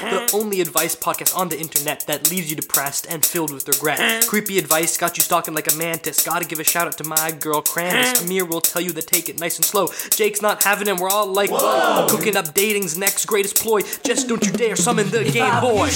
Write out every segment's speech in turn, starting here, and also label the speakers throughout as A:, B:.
A: the only advice podcast on the internet that leaves you depressed and filled with regret. Creepy advice got you stalking like a mantis. Gotta give a shout out to my girl Krampus. Amir will tell you to take it nice and slow. Jake's not having him, we're all like, whoa! Cooking up dating's next greatest ploy. Just don't you dare summon the Game Boy.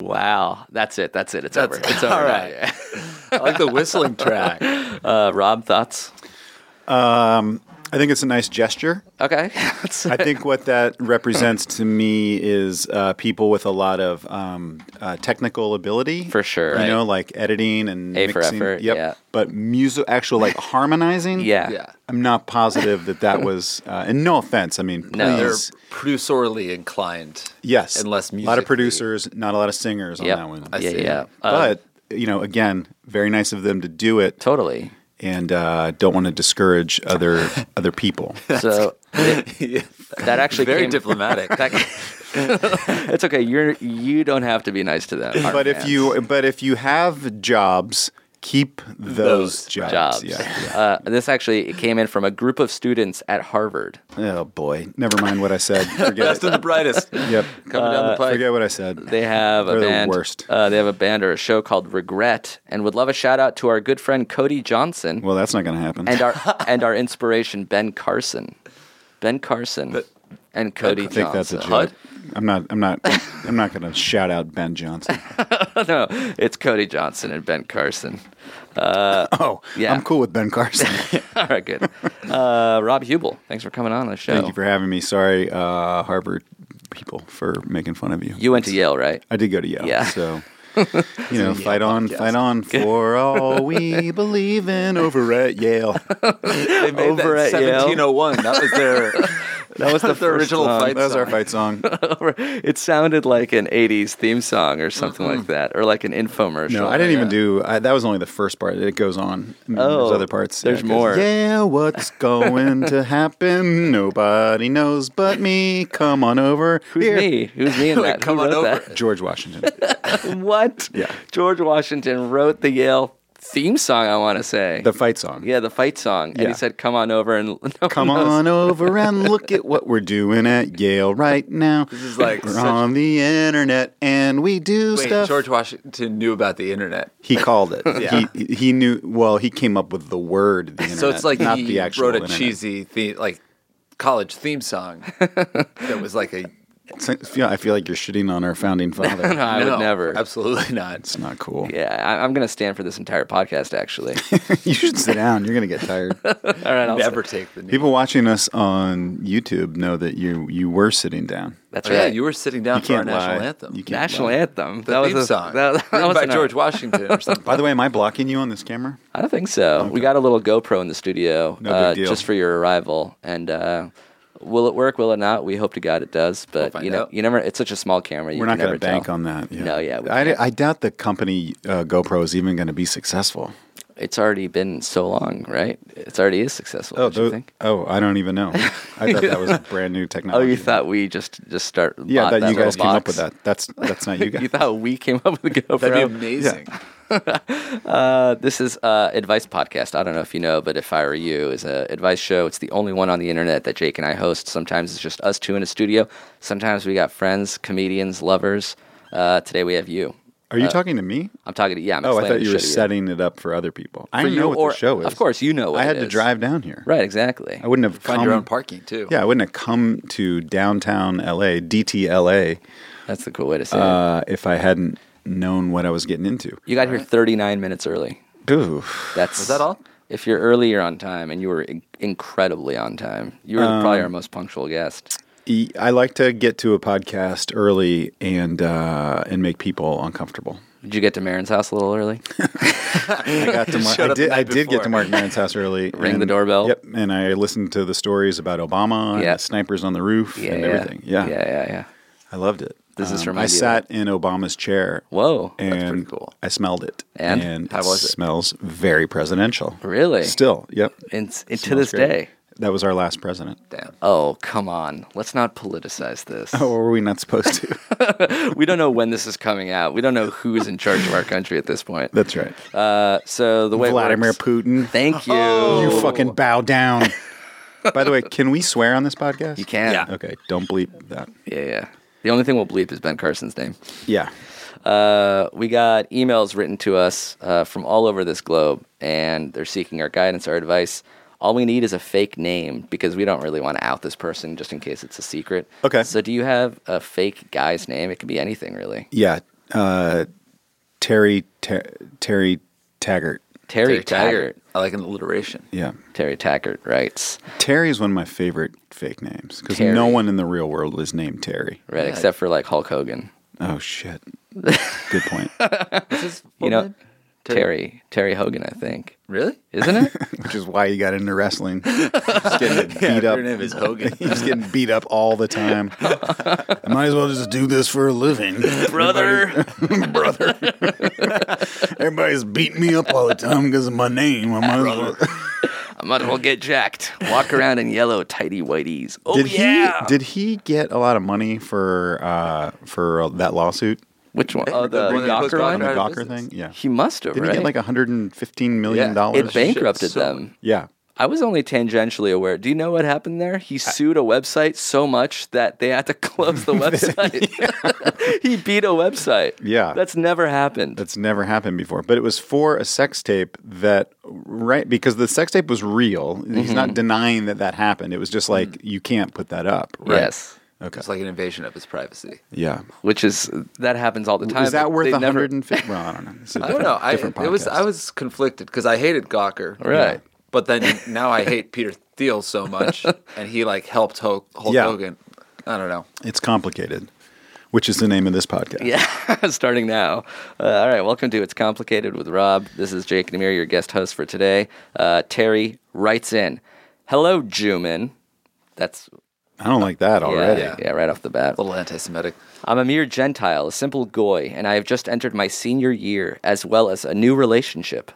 B: Wow. That's it. That's it. It's over. It's over.
C: All right. I like the whistling track.
B: Uh, Rob, thoughts?
C: Um, I think it's a nice gesture.
B: Okay.
C: I think what that represents to me is uh, people with a lot of um, uh, technical ability.
B: For sure.
C: You
B: Right.
C: know, like editing and
B: A for
C: mixing.
B: effort,
C: Yep.
B: yeah.
C: But music, actual like harmonizing.
B: Yeah.
D: Mm, Yeah.
C: I'm not positive that that was, uh, and no offense. I mean,
B: No.
C: please.
D: producerly inclined.
C: Yes.
D: Unless
C: a lot of
D: musically.
C: producers, not a lot of singers
B: Yep.
C: on that one.
D: I um,
B: yeah,
D: see.
B: yeah. Uh,
C: But you know, again, very nice of them to do it,
B: totally.
C: and uh, don't want to discourage other other people.
B: So that actually
D: Very
B: came-
D: diplomatic.
B: that- it's okay. You're you don't have to be nice to them. our
C: but if
B: fans.
C: you but if you have jobs, keep those,
D: Those
C: jobs.
B: jobs,
C: Yeah.
B: Uh, this actually came in from a group of students at Harvard.
C: Oh boy, never mind what I said. Forget
D: Best
C: it.
D: and the brightest
C: Yep.
D: coming down the pipe.
C: Forget what I said.
B: They have
C: They're
B: a
C: the
B: band.
C: worst.
B: Uh, they have a band or a show called Regret, and would love a shout out to our good friend Cody Johnson
C: well, that's not going to happen.
B: and our and our inspiration Ben Carson, Ben Carson, and Cody
C: I think that's
B: Johnson.
C: a joke. I'm not. I'm not. I'm not going to shout out Ben Johnson.
B: no, it's Cody Johnson and Ben Carson.
C: Oh,
B: Yeah.
C: I'm cool with Ben Carson.
B: All right, good. Uh, Rob Hubel, thanks for coming on the show.
C: Thank you for having me. Sorry, uh, Harvard people, for making fun of you.
B: You went to Yale, right?
C: I did go to Yale.
B: Yeah.
C: So, you know, fight on, fight on for all we believe in over at Yale.
B: They made
C: Over
B: that
C: at Yale.
A: 1701. That was their.
B: That was the
A: the original
B: song.
A: fight
C: um, That was our
A: song.
C: fight song.
B: It sounded like an '80s theme song or something like that, or like an infomercial.
C: Mm-hmm. No, I didn't even do. I, that was only the first part. It goes on. I mean,
B: Oh,
C: there's other parts.
B: there's
C: it goes,
B: more.
C: Yeah, what's going to happen? Nobody knows but me. Come on over.
B: Who's
C: here.
B: me? Who's me in that?
A: come
B: Who
A: on
B: wrote
A: over.
C: George Washington.
B: That? What?
C: Yeah.
B: George Washington wrote the Yale theme song. I want to say.
C: the fight song.
B: yeah, the fight song, and
C: Yeah.
B: he said, "Come on over and no one
C: Come
B: knows.
C: on over and look at what we're doing at Yale right now. This
A: is like
C: we're
A: such-
C: on the internet and we do
A: Wait,
C: stuff.
A: George Washington knew about the internet.
C: He called it.
A: Yeah.
C: He he knew. Well, he came up with the word. The internet,
A: So it's like
C: not
A: he
C: the actual
A: wrote a
C: internet.
A: cheesy theme, like college theme song that was like a.
C: It's like- I feel- I feel like you're shitting on our founding father.
B: I
A: no,
B: would never.
A: Absolutely not.
C: It's not cool.
B: Yeah, I, I'm going to stand for this entire podcast. Actually,
C: you should sit down. You're gonna get tired.
B: all right, I'll
A: Never take the knee.
C: People watching us on YouTube know that you you were sitting down.
B: That's
A: Oh, yeah,
B: right.
A: you were sitting down
C: You
A: for our
C: can't lie.
A: national anthem.
C: You can't
B: national
C: lie.
B: anthem.
A: The
B: that
A: theme
B: was a
A: song
B: That, that
A: written
B: was
A: by
B: an-
A: George Washington or something.
C: By the way, am I blocking you on this camera?
B: I don't think so. We got a little GoPro in the studio
C: No big
B: uh,
C: deal.
B: just for your arrival, and uh, will it work? Will it not? We hope to God it does. But
A: find
B: you know,
A: out.
B: you never. It's such a small camera. You
C: We're not
B: going
C: going
B: to
C: to bank on that.
B: No, yeah, we can't.
C: I, I doubt the company uh, GoPro is even going to be successful.
B: It's already been so long, right? It's already is successful.
C: Oh,
B: don't you
C: tho-
B: think?
C: oh, I don't even know. I thought that was a brand new
B: Oh,
C: technology.
B: you thought we just just start?
C: Yeah,
B: bought
C: that, you
B: little
C: guys came up
B: box?
C: with that. That's that's not you guys.
B: You thought we came up with the GoPro?
A: That'd be amazing.
B: Uh, this is uh, advice podcast. I don't know if you know, but if I were you, is a advice show. It's the only one on the internet that Jake and I host. Sometimes it's just us two in a studio. Sometimes we got friends, comedians, lovers. Uh, today we have you.
C: Are you talking to me?
B: I'm talking to yeah. I'm
C: Oh, I
B: explaining
C: thought
B: the
C: you were
B: show to
C: setting it up for other people. I
B: For you
C: know what
B: or-
C: the show is.
B: of course, you know what
C: I had
B: it
C: to
B: is.
C: drive down here.
B: Right, exactly.
C: I wouldn't have
A: Find
C: come,
A: your own parking too.
C: Yeah, I wouldn't have come to downtown LA, DTLA,
B: That's the cool way to say it.
C: uh, if I hadn't known what I was getting into.
B: You got here 39 minutes early.
C: Ooh.
B: That's
A: that all?
B: If you're early, you're on time, and you were in- incredibly on time. You were probably
C: Um,
B: our most punctual guest.
C: E- I like to get to a podcast early and uh, and make people uncomfortable.
B: Did you get to Marin's house a little early?
C: I got to Mar-
A: Showed
C: I
A: up the
C: did, I
A: night
C: did get
A: before.
C: to Mark Maron's house early.
B: Ring the
C: and-
B: doorbell.
C: Yep. And I listened to the stories about Obama
B: Yeah.
C: and the snipers on the roof and everything. Yeah.
B: yeah, yeah, yeah.
C: I loved it.
B: Does this
C: Um,
B: remind
C: I
B: you of-
C: sat in Obama's chair.
B: Whoa,
C: and
B: that's pretty cool.
C: I smelled it.
B: And? How
C: it
B: was it?
C: smells very presidential.
B: Really?
C: Still, yep.
B: And, s- and to
C: Smells
B: this
C: great.
B: day.
C: That was our last president.
A: Damn.
B: Oh, come on. Let's not politicize this.
C: Oh, were we not supposed to?
B: We don't know when this is coming out. We don't know who's in charge of our country at this point.
C: That's right.
B: Uh, so the way it
C: Vladimir
B: works-
C: Putin. Oh.
B: Thank you.
C: You fucking bow down. By the way, can we swear on this podcast?
B: You can.
A: Yeah.
C: Okay, don't bleep that.
B: Yeah, yeah. The only thing we'll bleep is Ben Carson's name.
C: Yeah.
B: Uh, we got emails written to us uh, from all over this globe, and they're seeking our guidance, our advice. All we need is a fake name because we don't really want to out this person just in case it's a secret.
C: Okay.
B: So, do you have a fake guy's name? It could be anything, really.
C: Yeah. Uh, Terry Ter- Terry Taggart.
B: Terry, Taggart.
A: Taggart. I like an alliteration.
C: Yeah.
B: Terry Taggart writes,
C: Terry is one of my favorite fake names because
B: Terry.
C: no one in the real world is named Terry.
B: right? Except for like Hulk Hogan.
C: Oh shit. Good point.
B: you know, Terry Terry Hogan, I think,
A: Really?
B: isn't it?
C: Which is why you got into wrestling. Just getting beat
A: Your
C: up.
A: name is Hogan.
C: He's getting beat up all the time. I might as well just do this for a living.
B: Brother,
C: brother. Everybody's beating me up all the time because of my name. I might as well-
B: I might as well get jacked. Walk around in yellow tighty whities. Oh
C: Did
B: yeah.
C: he did he get a lot of money for uh, for that lawsuit?
B: Which one? Oh, the,
A: one
B: the
A: that goes
B: Gawker
A: back
B: one.
A: and
C: The
A: Out of
C: Gawker
A: business.
C: thing? Yeah.
B: He must have,
C: Didn't
B: right?
C: he get like 115 million
A: Yeah.
C: dollars?
B: it bankrupted
A: so-
B: them.
C: yeah.
B: I was only tangentially aware. Do you know what happened there? He sued a website so much that they had to close the website. he beat a website.
C: Yeah.
B: That's never happened.
C: That's never happened before. But it was for a sex tape that right because the sex
A: Mm-hmm.
C: tape was real. He's not denying that that happened. It was just like you can't put that up, right?
B: Yes.
C: Okay.
A: Mm. It's like an invasion of his privacy.
C: yeah.
B: which is that happens all the time.
C: Is that
B: but
C: worth
B: they never-
C: 150? Well, I don't know. It's a
A: I don't know. I,
C: different
A: it was
C: podcast.
A: I was conflicted because I hated Gawker,
B: Right.
A: But then now I hate Peter Thiel so much, and he like helped Hulk, Hulk
C: Yeah.
A: Hogan. I don't know.
C: It's complicated, which is the name of this podcast.
B: Yeah, starting now. Uh, all right, welcome to It's Complicated with Rob. This is Jake and Amir, your guest host for today. Uh, Terry writes in, "Hello, Juman." That's
C: I don't like that
B: yeah,
C: already.
B: yeah, right off the bat.
A: A little anti-Semitic.
B: I'm a mere Gentile, a simple goy, and I have just entered my senior year as well as a new relationship.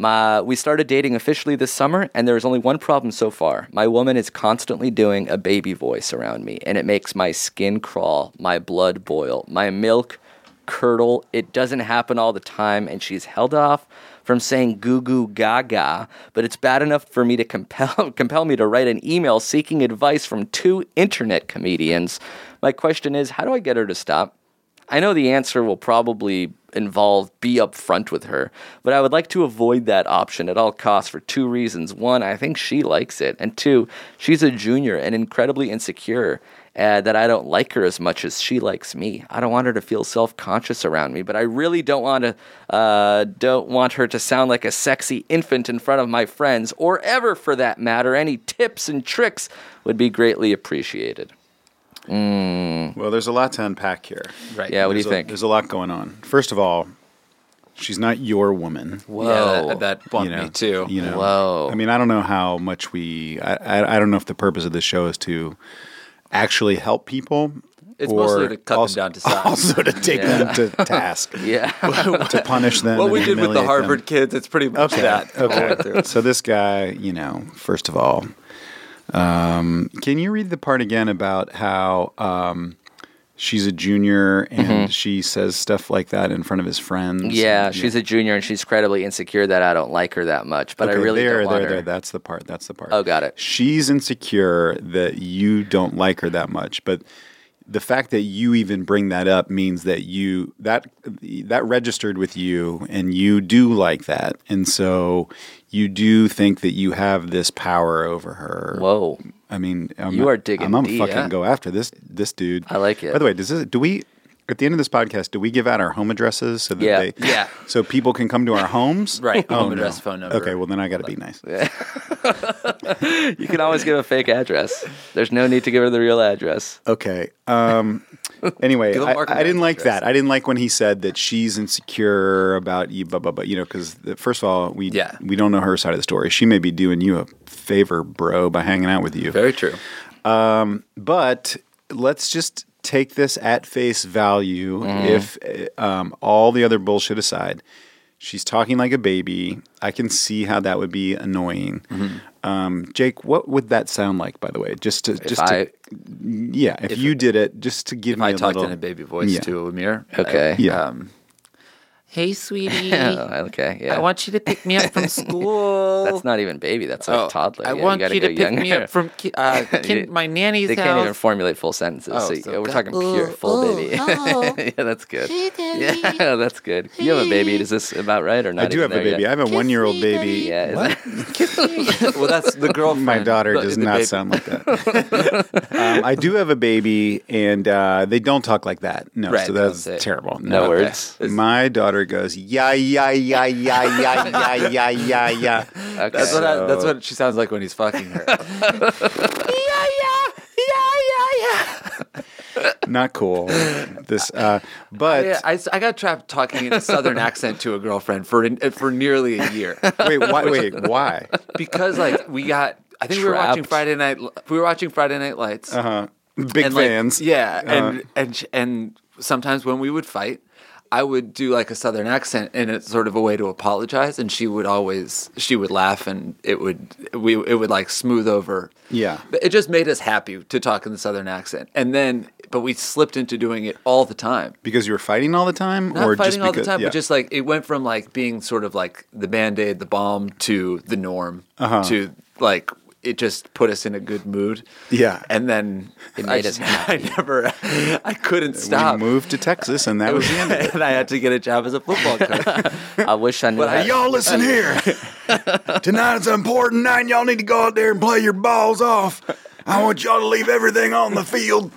B: My, we started dating officially this summer, and there is only one problem so far. My woman is constantly doing a baby voice around me, and it makes my skin crawl, my blood boil, my milk curdle. It doesn't happen all the time, and she's held off from saying goo goo gaga, but it's bad enough for me to compel compel me to write an email seeking advice from two internet comedians. My question is, how do I get her to stop? I know the answer will probably involve be upfront with her, but I would like to avoid that option at all costs for two reasons. One, I think she likes it, and two, she's a junior and incredibly insecure. Uh, that I don't like her as much as she likes me. I don't want her to feel self-conscious around me, but I really don't want to uh, don't want her to sound like a sexy infant in front of my friends or ever, for that matter. Any tips and tricks would be greatly appreciated.
C: Well, there's a lot to unpack here.
A: Right.
B: Mm. Yeah, what do
C: there's
B: you
C: a,
B: think?
C: There's a lot going on. First of all, she's not your woman.
A: Yeah,
B: Whoa.
A: that, that bumped
C: you know,
A: me too.
C: You know,
B: Whoa.
C: I mean, I don't know how much we. I, I, I don't know if the purpose of this show is to actually help people.
A: It's
C: or
A: mostly to cut them
C: also-
A: down to size.
C: Also to take them to task.
B: Yeah.
C: To punish them.
A: what
C: and
A: we did with
C: humiliate
A: the
C: them.
A: Harvard kids, it's pretty much
C: Okay.
A: that.
C: Okay. so this guy, you know, first of all, um, can you read the part again about how um, she's a junior and she says stuff like that in front of his friends?
B: Yeah, she's a junior and she's incredibly insecure that I don't like her that much, but I
C: Okay,
B: really
C: there,
B: don't want
C: there,
B: her.
C: there. That's the part. That's the part.
B: Oh, got it.
C: She's insecure that you don't like her that much, but the fact that you even bring that up means that you that that registered with you, and you do like that, and so you do think that you have this power over her.
B: Whoa.
C: I mean, I'm,
B: You are digging
C: I'm gonna
B: deep.
C: fucking
B: Yeah.
C: go after this this dude.
B: I like it.
C: By the way, does this do we? At the end of this podcast, do we give out our home addresses so that
B: Yeah.
C: they
A: Yeah.
C: so people can come to our homes?
A: Right,
C: Oh,
A: home
C: no.
A: address, phone number.
C: Okay, well then I got to be nice.
B: You can always give a fake address. There's no need to give her the real address.
C: Okay. Um, anyway,
A: Give him
C: I,
A: Mark
C: I didn't
A: Maron's
C: like
A: address.
C: that. I didn't like when he said that she's insecure about you, blah blah blah. You know, because first of all, we
A: Yeah.
C: we don't know her side of the story. She may be doing you a favor, bro, by hanging out with you.
A: Very true.
C: but let's just take this at face value
A: Mm.
C: if uh, um, all the other bullshit aside she's talking like a baby i can see how that would be annoying
A: Mm-hmm.
C: um, jake what would that sound like by the way just to just
B: I-
C: to, yeah if, you did it just to give
A: If
C: me
A: I
C: a
A: talked
C: little,
A: in a baby voice
C: Yeah.
A: to Amir.
B: Okay.
A: I-
C: Yeah.
A: Um,
E: Hey, sweetie.
B: Oh, okay. Yeah.
E: I want you to pick me up from school.
B: That's not even baby. That's like
E: Oh,
B: toddler.
E: I
B: Yeah,
E: want
B: you,
E: you, to
B: gotta
E: pick
B: go younger.
E: me up from ki- uh,
B: You-
E: kin- my nanny's
B: They
E: house.
B: can't even formulate full sentences. so
A: Oh, so
B: yeah, we're
A: God.
B: talking pure, full baby.
A: oh.
B: yeah, that's good. Yeah, that's good. You have a baby. Is this about right or not?
C: i do have
B: even
C: a
B: there
C: baby i
B: Yet?
C: have a one-year-old baby
B: Yeah. is that-
A: well, that's the girlfriend.
C: my daughter
A: the-
C: does
A: the
C: not
A: baby-
C: sound like that. um, I do have a baby, and uh, they don't talk like that. No,
A: Right,
C: so that's
A: that's it.
C: terrible.
B: No words?
C: My daughter goes yeah yeah yeah yeah yeah yeah yeah yeah yeah.
B: Okay.
A: That's what I, that's what she sounds like when he's fucking her.
C: Not cool. This, uh, but
A: Yeah, I, s- I got trapped talking in a southern accent to a girlfriend for an, uh, for nearly a year
C: wait, why, wait, why?
A: because like we got I think we were watching
B: Trapped.
A: Friday night L- we were watching Friday Night Lights
C: Uh-huh. Big
A: and like,
C: fans. Uh,
A: yeah
E: Mm.
A: and and sh- and sometimes when we would fight I would do like a southern accent and it's sort of a way to apologize and she would always she would laugh and it would we it would like smooth over
C: Yeah.
A: But it just made us happy to talk in the southern accent and then but we slipped into doing it all the time
C: because you were fighting all the time,
A: not
C: or
A: fighting
C: just
A: all
C: because,
A: the time,
C: yeah.
A: but just like it went from like being sort of like the band aid, the bomb to the norm
C: Uh-huh.
A: to like it just put us in a good mood.
C: Yeah.
A: and then I
B: made
A: just
B: us
A: I never I couldn't stop.
C: we moved to Texas, and that was the end of it.
A: and I had to get a job as a football coach.
B: I wish I knew.
A: But I
B: how-
C: Y'all listen here. Tonight is an important night. Y'all need to go out there and play your balls off. I want y'all to leave everything on the field.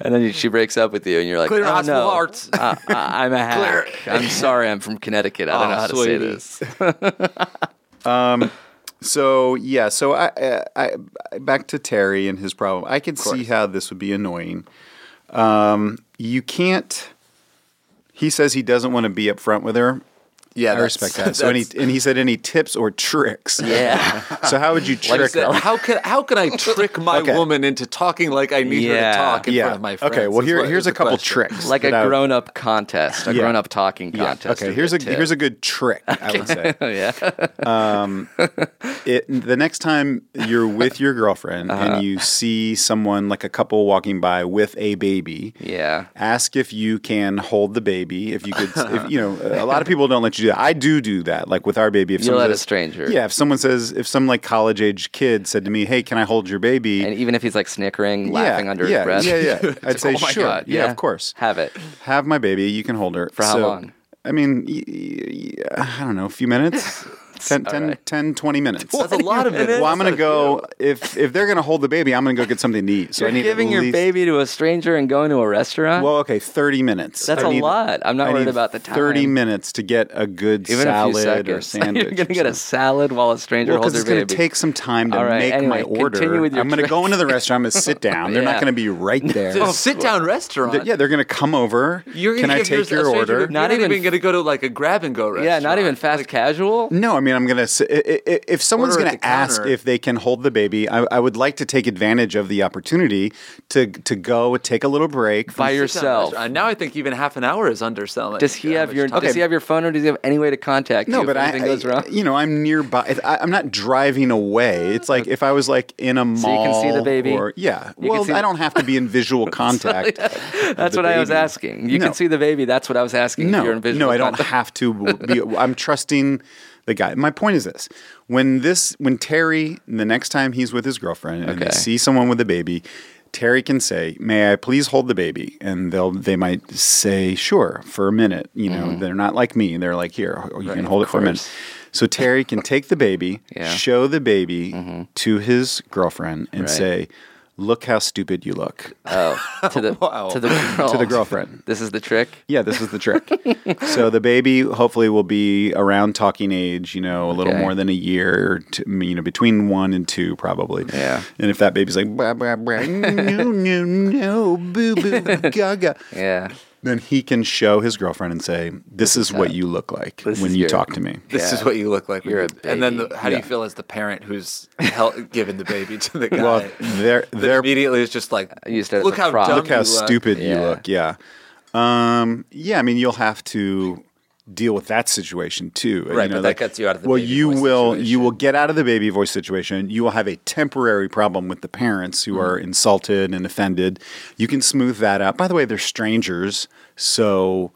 B: And then she breaks up with you, and you're like,
A: Clear
B: oh,
A: hospital
B: no.
A: arts."
B: Uh, I- I'm a hack.
A: Clear-
B: I'm sorry, I'm from Connecticut. I don't
A: Aw,
B: know how
A: sweetie.
B: to say this.
C: So yeah, so I, I, I- I back to Terry and his problem. I could see how this would be annoying. Um, you can't. He says he doesn't want to be upfront with her.
A: Yeah,
C: I
A: that's-
C: respect that. So any
A: that's-
C: and he said any tips or tricks.
B: Yeah.
C: So how would you
A: Like I
C: trick
A: said,
C: her?
A: how can how can I trick my
C: Okay.
A: woman into talking like I need her
B: Yeah.
A: to talk in
C: yeah.
A: front of my friends?
C: okay. Well,
A: is
C: here
A: what-
C: here's
A: is
C: a
A: the
C: couple
A: question.
C: tricks.
B: like a
C: that I would-
B: grown up contest, a
C: Yeah.
B: grown up talking
C: Yeah.
B: contest.
C: Okay. Here's a here's a good trick. I would say. Um,
B: yeah.
C: it, the next time you're with your girlfriend
B: Uh-huh.
C: and you see someone like a couple walking by with a baby,
B: Yeah.
C: ask if you can hold the baby. If you could, if, you know, a lot of people don't let you do that. I do do that, like with our baby. If
B: You'll
C: someone
B: let a
C: says-
B: stranger.
C: yeah. If someone says, if some like college age kid said to me, "Hey, can I hold your baby?"
B: And even if he's like snickering,
C: yeah,
B: laughing under
C: yeah,
B: his breath.
C: yeah, yeah, I'd say
B: oh my
C: sure.
B: God,
C: yeah, of course
B: Have it.
C: have my baby. You can hold her.
B: For how long?
C: I mean, y- y- y- I don't know, a few minutes. 10, 10, 10, 20 minutes.
A: That's a lot of minutes.
C: Well, I'm going to go, if if they're going to hold the baby, I'm going to go get something to eat. So I
B: You're
C: need at
B: giving your
C: least-
B: baby to a stranger and going to a restaurant?
C: Well, okay, 30 minutes.
B: That's
C: a
B: a lot. I'm not
C: I
B: worried
C: need
B: about the time.
C: 30 minutes to get a good
B: Even a few
C: salad
B: seconds.
C: or sandwich.
B: You're going to
C: or
B: get a
C: something.
B: salad while a stranger
C: Well,
B: holds
C: because
B: her
C: it's going to
B: baby.
C: take some time to
B: All right,
C: make my
B: anyway,
C: order.
B: continue with your
C: I'm going to go
B: tricks.
C: into the restaurant. I'm going to sit down. They're
B: Yeah.
C: not going to be right there.
A: It's a sit down restaurant.
C: Th- yeah, they're going to come over.
A: You're
C: Can
A: gonna
C: I
A: give
C: take
A: your, a
C: your
A: stranger-
C: order?
A: You're not, even,
B: even-
A: going to go to like a grab and go
B: yeah,
A: restaurant.
B: not even fast casual.
C: No, I mean, I'm gonna. s- i- i- i- If someone's
A: Order at
C: gonna
A: the
C: ask
A: counter.
C: if they can hold the baby, I, I would like to take advantage of the opportunity to to go take a little break. from-
B: By yourself.
A: Restaurant. Now I think even half an hour is underselling.
B: Does he
A: how
B: have
A: much
B: your
A: time-
B: Does he have your phone or does he have any way to contact
C: no,
B: you
C: but
B: if
C: I,
B: anything goes wrong?
C: I- you know, I'm nearby. I, I'm not driving away. It's like if I was like in a mall.
B: So you can see the baby.
C: Or, yeah.
B: You can
C: well,
B: see the-
C: I don't have to be in visual contact.
B: That's what I was asking. You
C: No.
B: can see the baby. That's what I was asking. if
C: No,
B: you're in visual
C: no, I don't
B: contact.
C: have to. Be, I'm trusting the guy. My point is this: when this, when Terry, the next time he's with his girlfriend and they
B: Okay.
C: see someone with a baby, Terry can say, "May I please hold the baby?" And they'll they might say, "Sure," for a minute. You know,
B: Mm-hmm.
C: they're not like me. They're like, "Here, oh, you can hold it for a minute." So Terry can take the baby,
B: Yeah. Mm-hmm.
C: show the baby to his girlfriend, and
B: Right.
C: say, "Look how stupid you look." uh,
B: Oh, to the to the girl.
C: To the girlfriend.
B: This is the trick.
C: Yeah, this is the trick. so the baby hopefully will be around talking age, you know, a little
B: Okay.
C: more than a year, or two, you know, between one and two probably.
B: Yeah.
C: And if that baby's like, blah, blah, blah, no, no, no, boo, boo, gaga,
B: Yeah.
C: then he can show his girlfriend and say, this is what you look like
B: This
C: when
B: is
C: you
B: your-
C: talk to me.
A: This is what you look like. when
B: You're a
A: And then
B: baby.
A: the, how do you feel as the parent who's hel- giving the baby to the guy?
C: Well, they're,
A: That
C: they're
A: immediately is just like,
B: I used it as
A: look
B: a
A: how
B: prop.
A: dumb
C: look how
A: you
C: stupid you
B: Yeah.
C: look. Yeah. Um, yeah, I mean, you'll have to deal with that situation too.
A: Right, but that gets you out of the
C: Well,
A: baby
C: you
A: voice
C: will you
A: situation.
C: will get out of the baby voice situation. You will have a temporary problem with the parents who
A: Mm-hmm.
C: are insulted and offended. You can smooth that out. By the way, they're strangers, so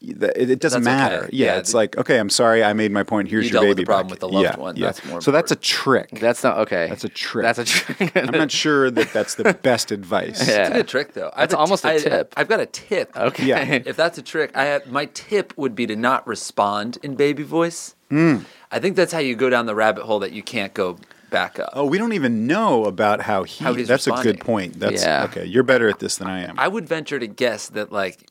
C: th- it, it doesn't
A: That's okay.
C: matter. Yeah,
A: Yeah,
C: it's
A: the-
C: like okay, I'm sorry, I made my point. Here's
A: You
C: your
A: dealt
C: baby
A: with the problem
C: back.
A: with the loved
C: Yeah,
A: one.
C: yeah.
A: That's more
C: so that's a
A: important.
C: trick.
B: That's not okay.
C: That's a trick.
B: That's a trick.
C: I'm not sure that that's the best advice.
B: Yeah.
A: It's a good trick, though. I've
B: That's
A: a t-
B: almost a
A: I-
B: tip.
A: I've got a tip.
B: Okay.
C: Yeah.
A: If that's a trick, I have, my tip would be to not respond in baby voice.
C: Hmm.
A: I think that's how you go down the rabbit hole that you can't go back up.
C: Oh, we don't even know about how he.
A: How he's
C: that's a
A: responding.
C: good point. That's
B: Yeah.
C: okay. You're better at this than I am.
A: I would venture to guess that like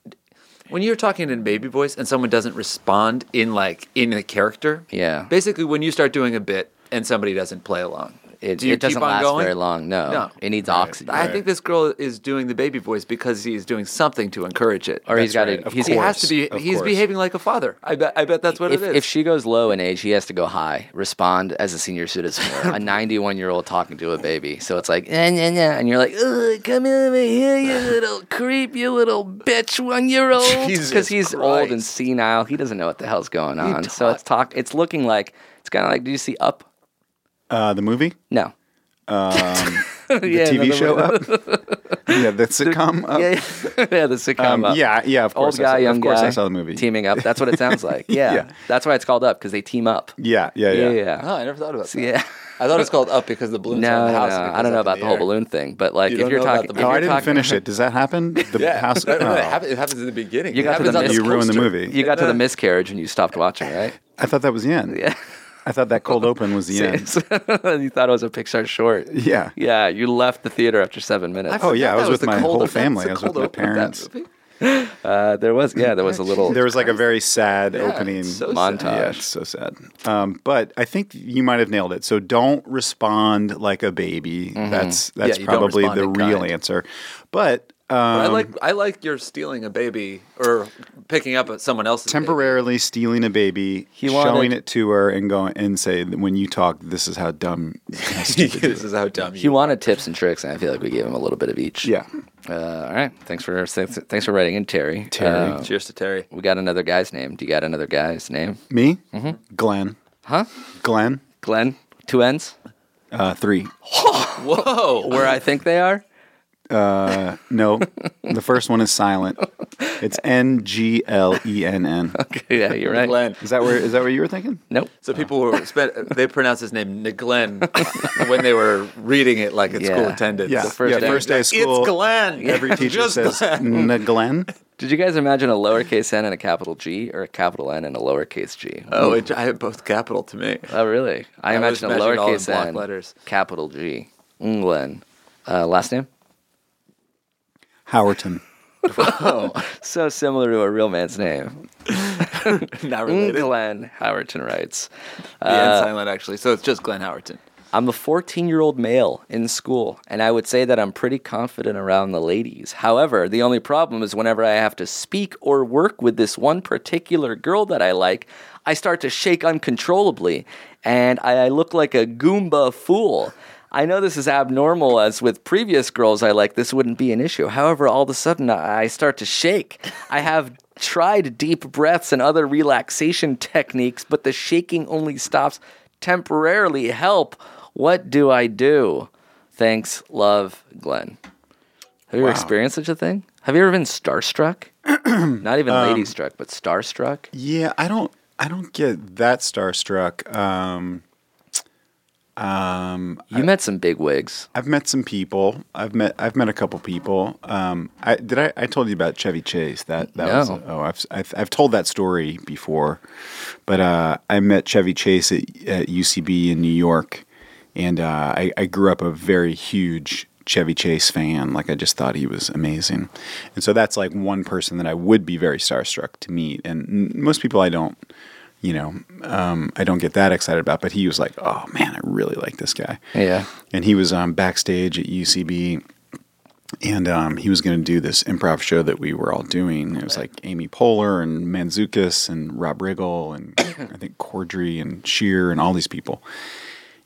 A: when you're talking in baby voice and someone doesn't respond in like in a character,
B: Yeah.
A: Basically, when you start doing a bit and somebody doesn't play along,
B: It,
A: do you
B: it doesn't
A: keep on
B: last
A: going?
B: very long. No.
A: No.
B: It needs oxygen.
A: I think this girl is doing the baby voice because he's doing something to encourage it.
B: Or he's got
C: right,
B: to.
C: of
B: He's,
A: he has to be.
C: Of
A: He's
C: course.
A: behaving like a father. I bet. I bet that's what
B: if,
A: it is.
B: if she goes low in age, he has to go high. Respond as a senior citizen, or a 91 year old talking to a baby. So it's like, eh, nah, nah," and you're like, "Ugh, come over here, you little creep, you little bitch, one year old, because
A: Jesus
B: he's old and
A: Christ.
B: senile. He doesn't know what the hell's going on. so it's talk. It's looking like it's kind of like. Do you see Up?
C: uh, the movie, Um,
B: No.
C: the
B: Yeah,
C: TV
B: another
C: show
B: one.
C: up, yeah, the sitcom up.
B: Yeah, yeah, yeah the sitcom.
C: Um,
B: up.
C: yeah, yeah, of course
B: Old guy,
C: I saw- of
B: young
C: course I
B: guy,
C: saw the movie.
B: teaming up. That's what it sounds like. Yeah,
C: Yeah.
B: that's why it's called up because they team up.
C: yeah, yeah, yeah.
B: Yeah,
A: oh, I never thought about that.
B: yeah.
A: I thought it was called up because the balloons are
B: No,
A: in the
B: no,
A: house. and it
B: I
A: goes
B: don't know
A: up
B: about
A: in
B: the whole
A: air.
B: balloon thing, but like
A: You
B: if
A: don't
B: you're
A: know about
B: talking,
A: the
B: if
A: balloon.
C: No,
B: you're
C: I didn't
B: talking-
C: finish it. Does that happen? The house.
A: No, no, no,
C: oh.
A: it, happens, it happens in the beginning.
B: You
A: It
B: got to
A: happens
B: the
A: on
B: mid-
A: this
C: You ruined the
A: coaster.
C: movie.
B: You got to the miscarriage and you stopped watching, right?
C: I thought that was the end.
B: Yeah.
C: I thought that cold open was the end.
B: you thought it was a Pixar short.
C: Yeah.
B: Yeah, you left the theater after seven minutes.
C: Oh yeah, I
A: That
C: was,
A: was
C: with
A: the
C: my
A: cold
C: whole
A: open. It's
C: family.
A: a
C: I was with
A: cold
C: my
A: open of that
C: parents.
A: movie.
B: Uh, there was, yeah, there was a little
C: There was like a very sad opening
A: so
B: sad.
C: Yeah, it's so sad. Um, but I think you might have nailed it. So don't respond like a baby. That's that's
A: Yeah, you don't
C: probably
A: respond
C: the
A: in
C: real
A: kind.
C: answer. But, um,
A: I like I like your stealing a baby or picking up someone else's baby.
C: temporarily stealing a baby,
B: He
C: showing
B: wanted-
C: it to her, and going and say, "When you talk, this is how dumb." how stupid you
A: this is how dumb
B: He
A: you.
B: wanted tips and tricks, and I feel like we gave him a little bit of each.
C: Yeah.
B: Uh, all right. Thanks for thanks, thanks for writing in, Terry.
C: Terry.
B: Uh,
A: Cheers to Terry.
B: we got another guy's name. Do you got another guy's name?
C: Me? Mm-hmm. Glenn.
B: Huh?
C: Glenn.
B: Glenn. Two N's.
C: Uh, three.
A: Whoa!
B: Where I think they are.
C: Uh, No, the first one is silent. It's N G L E N N.
B: yeah, you're right.
A: Glenn.
C: Is that where? Is that what you were thinking?
B: Nope.
A: So people were spent, they pronounced his name Glenn when they were reading it like it's
B: Yeah.
A: school attendance.
C: Yeah,
B: first
C: yeah,
B: day.
C: first day of school.
A: It's Glenn.
C: Every teacher
A: Just
C: says
A: Glenn.
C: "N- Glenn.
B: Did you guys imagine a lowercase n and a capital G, or a capital N and a lowercase g?
A: Oh, it, I had both capital to me.
B: Oh, really? I,
A: I always
B: imagine a
A: imagined all in
B: lowercase
A: block
B: n,
A: letters.
B: capital G, Glenn. Uh, last name?
C: Howerton.
B: So similar to a real man's name. Mm,
A: Not related.
B: Glenn Howerton writes.
A: The end
B: Uh,
A: silent actually. So it's just Glenn Howerton.
B: I'm a 14 year old male in school, and I would say that I'm pretty confident around the ladies. However, the only problem is whenever I have to speak or work with this one particular girl that I like, I start to shake uncontrollably, and I, I look like a Goomba fool. I know this is abnormal, as with previous girls I like, this wouldn't be an issue. However, all of a sudden I start to shake. I have tried deep breaths and other relaxation techniques, but the shaking only stops temporarily help. What do I do? Thanks, love, Glenn. Have you ever experienced such a thing? Have you ever been starstruck? Not even
C: Um,
B: lady struck, but starstruck.
C: Yeah, I don't. I don't get that starstruck. Um, um,
B: You met some big wigs.
C: I've met some people. I've met. I've met a couple people. Um, I did. I, I told you about Chevy Chase. That that was.
B: No.
C: Oh, I've, I've I've told that story before, but uh, I met Chevy Chase at, at UCB in New York, and uh, I, I grew up a very huge Chevy Chase fan. Like I just thought he was amazing, and so that's like one person that I would be very starstruck to meet. And n- most people I don't. You know, um, I don't get that excited about, but he was like, "Oh man, I really like this guy."
B: Yeah.
C: and he was um, backstage at UCB, and um, he was going to do this improv show that we were all doing. It was like Amy Poehler and Manzukis and Rob Riggle and I think Cordry and Sheer and all these people.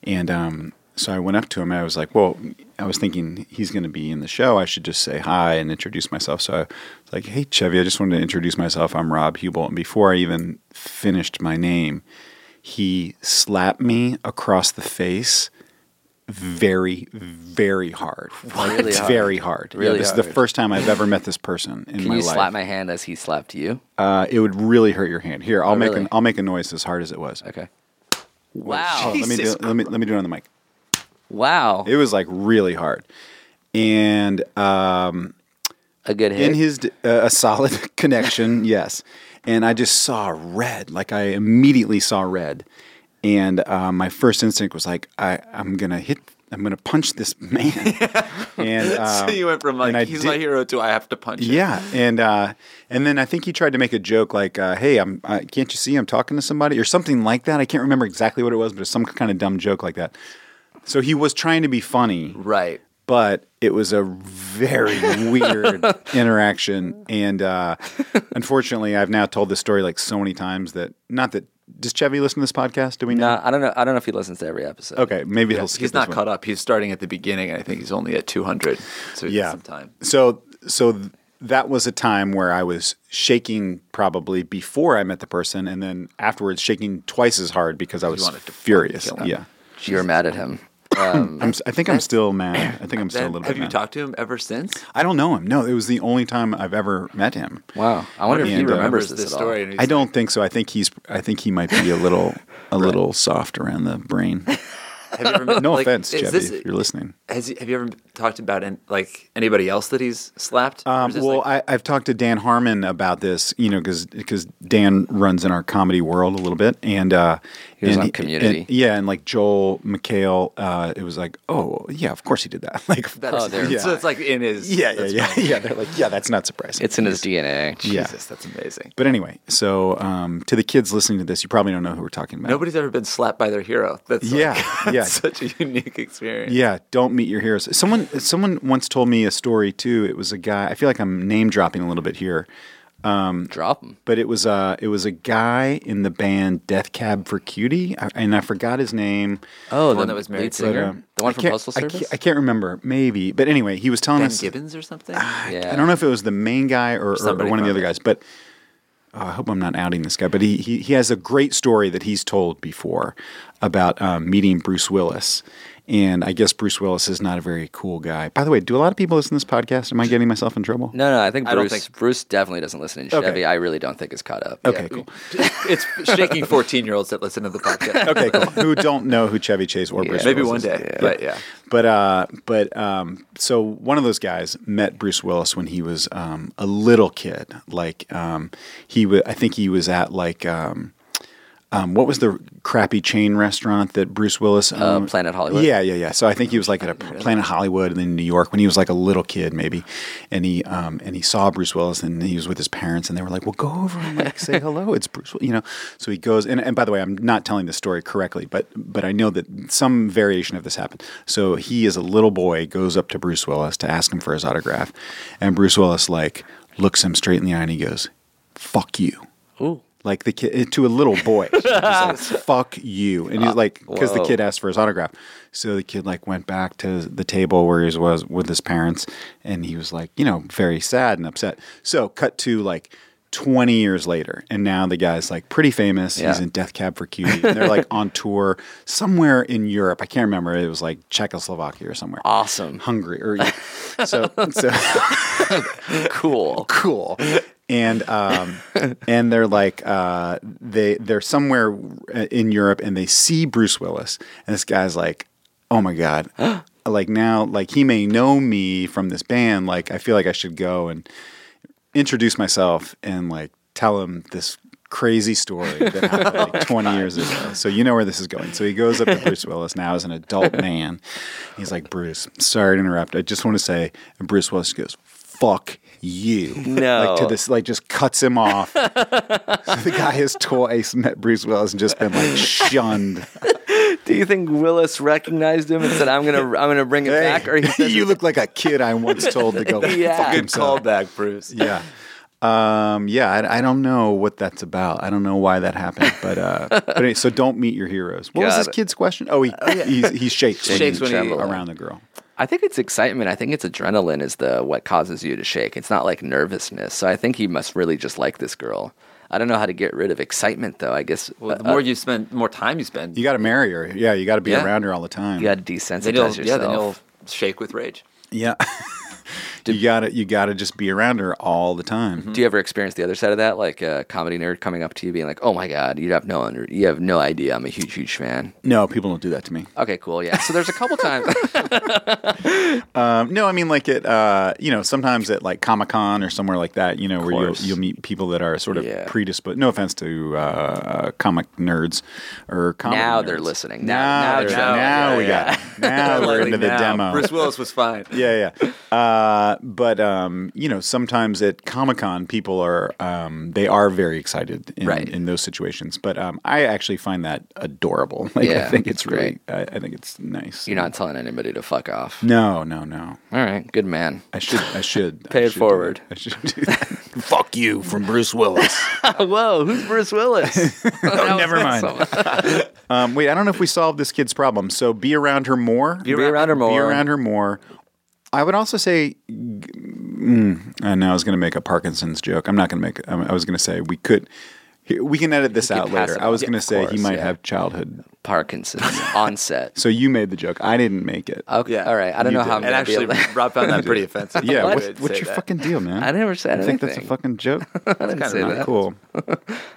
C: And um, so I went up to him. and I was like, "Well, I was thinking he's going to be in the show. I should just say hi and introduce myself." So I was like, "Hey, Chevy, I just wanted to introduce myself. I'm Rob Hubel." And before I even finished my name, he slapped me across the face very, very hard. Like,
B: Really
C: it's
B: hard.
C: very hard.
B: Really
C: this is the
B: hard.
C: first time I've ever met this person in
B: Can
C: my
B: you
C: life.
B: slap my hand as he slapped you?
C: uh, it would really hurt your hand. Here, I'll make
B: Oh, really?
C: an I'll make a noise as hard as it was.
B: Okay. Wow.
C: Hold on, let me do let me let me do it on the mic.
B: Wow.
C: It was like really hard. And um,
B: A good hit.
C: in his d- uh, a solid connection, yes. And I just saw red, like I immediately saw red. And uh, my first instinct was like, I, I'm gonna hit, I'm gonna punch this man. and
A: so
C: um,
A: you went from
C: and I
A: like he's my
C: did-
A: hero to I have to punch him.
C: Yeah, and uh, and then I think he tried to make a joke like, uh, "Hey, I'm uh, can't you see I'm talking to somebody?" or something like that. I can't remember exactly what it was, but it's some kind of dumb joke like that. So he was trying to be funny,
A: Right.
C: but it was a very weird interaction. And uh, unfortunately, I've now told this story like so many times that not that does Chevy listen to this podcast? Do we know?
B: Nah, I don't know. I don't know if he listens to every episode.
C: Okay, maybe he'll skip.
A: He's not
C: this one.
A: caught up. He's starting at the beginning, and I think he's only at 200. So he's got some time.
C: So so th- that was a time where I was shaking probably before I met the person, and then afterwards shaking twice as hard because I was
A: wanted to
C: furious.
A: kill him.
C: Yeah,
B: You're mad at him.
C: I'm, s- I think I'm still mad. I think I'm still a
A: Then,
C: little bit.
A: have you
C: mad.
A: talked to him ever since?
C: I don't know him. No, it was the only time I've ever met him.
B: Wow. I wonder if he
C: And, uh,
B: remembers this,
A: this
B: at
A: story.
B: All.
A: And he's
C: I don't think so. I think he's. I think he might be a little, a little soft around the brain.
A: Have you ever met,
C: No
A: like,
C: offense,
A: is
C: Chevy,
A: this-
C: if you're listening.
A: Has he, have you ever talked about an, like anybody else that he's slapped? Or
C: Um,
A: is this,
C: well,
A: like-
C: I, I've talked to Dan Harmon about this, you know, because Dan runs in our comedy world a little bit, and uh,
B: He was
C: and
B: on
C: and-
B: Community.
C: yeah, and like Joel McHale, uh, it was like, oh yeah, of course he did that, like, of
A: That's,
C: course
B: Oh,
C: he
B: there.
C: did that.
A: So it's like in his.
C: yeah, yeah,
A: that's
C: yeah,
A: fine.
C: yeah. They're like, yeah, that's not surprising.
B: It's in his DNA.
C: yeah.
A: Jesus, that's amazing.
C: But anyway, so um, to the kids listening to this, you probably don't know who we're talking about.
A: Nobody's ever been slapped by their hero. That's like-
C: Yeah, yeah.
A: such a unique experience.
C: Yeah, don't meet your heroes. Someone someone once told me a story too. It was a guy. I feel like I'm name dropping a little bit here.
B: Drop him.
C: but it was uh it was a guy in the band Death Cab for Cutie, I- and I forgot his name.
B: Oh, the,
A: one that was married
B: lead
A: to-
B: singer,
C: But, um,
B: the one
C: I
B: from
C: can't-
B: Postal
C: I can't-
B: Service.
C: I can't remember, maybe. But anyway, he was telling
A: Ben
C: us.
A: Gibbons or something.
B: yeah,
C: Ah, I don't know if it was the main guy or, or- or,
A: Somebody
C: one of the other
A: probably.
C: guys, but oh, I hope I'm not outing this guy. But he, he he has a great story that he's told before about um, meeting Bruce Willis, and I guess Bruce Willis is not a very cool guy. By the way, do a lot of people listen to this podcast? Am I getting myself in trouble?
B: No, no, I think
A: I don't
B: Bruce.
A: think-
B: Bruce definitely doesn't listen. And
C: Okay.
B: Chevy, I really don't think is caught up.
C: Okay, cool.
A: it's shaking fourteen-year-olds that listen to the podcast.
C: Okay, cool. Who don't know who Chevy Chase or Bruce
A: Maybe
C: Willis
A: one
C: is.
A: day, but yeah.
C: But uh, but um, so one of those guys met Bruce Willis when he was um, a little kid. Like um, he, wa I think he was at like um, um, what was the crappy chain restaurant that Bruce Willis? Um,
B: Planet Hollywood?
C: Yeah, yeah, yeah. So I think he was like at a Planet Hollywood and then New York when he was like a little kid, maybe. And he um, and he saw Bruce Willis and he was with his parents and they were like, "Well, go over and like say hello. It's Bruce." Will-" You know. So he goes and, and by the way, I'm not telling this story correctly, but but I know that some variation of this happened. So he, as a little boy, goes up to Bruce Willis to ask him for his autograph, and Bruce Willis like looks him straight in the eye and he goes, "Fuck you." like the kid to a little boy. He's like, "Fuck you!" And he's like, because the kid asked for his autograph. So the kid like went back to the table where he was with his parents, and he was like, you know, very sad and upset. So cut to like. 20 years later, and now the guy's like pretty famous. He's
B: Yeah.
C: in Death Cab for Cutie, and they're like on tour somewhere in Europe. I can't remember. It was like Czechoslovakia or somewhere.
B: Awesome.
C: Hungary, or so, so
B: Cool.
C: cool. And um, and they're like uh, they they're somewhere in Europe and they see Bruce Willis and this guy's like, oh my god, like now like he may know me from this band. Like I feel like I should go and introduce myself and like tell him this crazy story that happened like 20 years ago. So you know where this is going. So he goes up to Bruce Willis now as an adult man. He's like, Bruce, sorry to interrupt. I just want to say, and Bruce Willis goes, fuck you.
B: No.
C: Like to this, like just cuts him off. so the guy has twice met Bruce Willis and just been like shunned.
B: Do you think Willis recognized him and said, "I'm gonna, I'm gonna bring it back"? Or he says,
C: you look like a kid I once told to go
B: Yeah.
C: fuck
B: Good
A: Good
C: himself.
A: callback, Bruce.
C: yeah. Um, yeah, I, I don't know what that's about. I don't know why that happened, but uh, but anyway, so don't meet your heroes. What
B: Got
C: was this
B: it.
C: kid's question? Oh, he he's, he shakes,
A: Shakes when he-
C: around the girl.
B: I think it's excitement. I think it's adrenaline is the what causes you to shake. It's not like nervousness. So I think he must really just like this girl. I don't know how to get rid of excitement though. I guess
A: Well, the
B: uh,
A: more you spend, the more time you spend.
C: You got to marry her. Yeah, you got to be
A: Yeah.
C: around her all the time.
B: you got to
A: then you'll,
B: desensitize yourself.
A: yeah, then you'll shake with rage.
C: yeah. you got to you got to just be around her all the time.
B: Do you ever experience the other side of that, like a comedy nerd coming up to you being like, "Oh my god, you have no under, you have no idea, I'm a huge, huge fan."
C: No, people don't do that to me.
B: Okay, cool, yeah. So there's a couple times.
C: Um, no, I mean like at uh, you know sometimes at like Comic Con or somewhere like that, you know, where you'll,
B: course.
C: you'll meet people that are sort of
B: Yeah.
C: predisposed. No offense to uh, uh, comic nerds or comic
B: Now
C: nerds.
B: they're listening.
C: Now,
B: Now- now
C: they're-
B: they're-
C: now
B: yeah,
C: we
B: yeah.
C: got it. now Ah, we're into the
A: Now,
C: demo.
A: Bruce Willis was fine.
C: yeah, yeah. Uh, but um, you know, sometimes at Comic Con, people are um, they are very excited in,
B: Right.
C: in those situations. But um, I actually find that adorable. Like, I
B: Yeah,
C: think it's
B: it's
C: really, I, I think it's nice.
B: You're not telling anybody to fuck off.
C: No, no, no.
B: All right, good man.
C: I should. I should I
B: Pay it
C: should do
B: forward.
C: that. I should do that. Fuck you from Bruce Willis.
B: Whoa, who's Bruce Willis?
C: oh, never mind. um, wait, I don't know if we solved this kid's problem. So be around her more. Be
B: around- around her
C: Be
B: more.
C: around her more. I would also say, mm, and now I was going to make a Parkinson's joke. I'm not going to make. I was going to say we could. here, We can edit this out
B: pass
C: later.
B: it
C: I was
B: on.
C: going to
B: Of
C: say he
B: course,
C: might
B: yeah.
C: have childhood.
B: Parkinson's onset.
C: So you made the joke. I didn't make it.
B: Okay, all right. I don't know how I'm
A: and
B: gonna be
A: actually,
B: able to-
A: Rob found that pretty offensive.
C: Yeah.
A: I
C: What,
A: would
C: what's
A: say
C: your
A: that.
C: fucking deal, man?
B: I never said
C: I think that's a
B: anything.
C: fucking joke.
B: I didn't say
C: Not
B: that.
C: cool.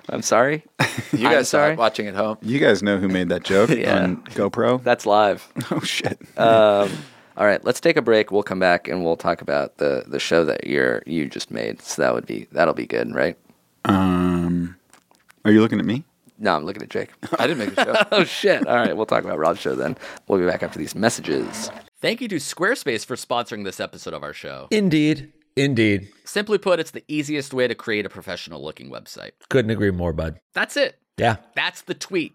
B: I'm sorry.
A: You
B: I'm
A: guys
B: sorry.
A: are watching at home.
C: You guys know who made that joke
B: Yeah.
C: on GoPro?
B: That's live.
C: oh shit.
B: Um, All right, let's take a break. We'll come back and we'll talk about the the show that you're you just made. So that would be that'll be good, right?
C: Um, are you looking at me?
B: No, I'm looking at Jake.
F: I didn't make a show.
B: oh shit! All right, we'll talk about Rob's show then. We'll be back after these messages.
A: Thank you to Squarespace for sponsoring this episode of our show.
G: Indeed. Indeed.
A: Simply put, it's the easiest way to create a professional looking website.
G: Couldn't agree more, bud.
A: That's it.
G: Yeah. Uh,
A: That's the tweet.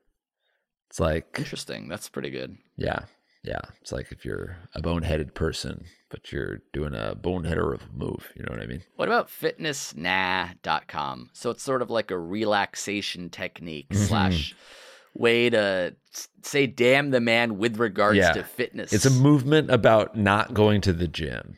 G: It's like,
A: Interesting. That's pretty good.
G: yeah, yeah. It's like if you're a boneheaded person, but you're doing a boneheader of a move. You know what I mean?
A: What about fitnessnah.com? So it's sort of like a relaxation technique slash way to s- say damn the man with regards
G: Yeah.
A: to fitness.
G: It's a movement about not going to the gym.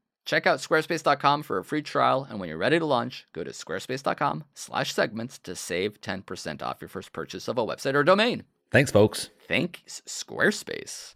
A: check out squarespace.com for a free trial. And when you're ready to launch, go to squarespace.com slash segments to save 10% off your first purchase of a website or domain.
G: Thanks, folks.
A: Thanks, Squarespace.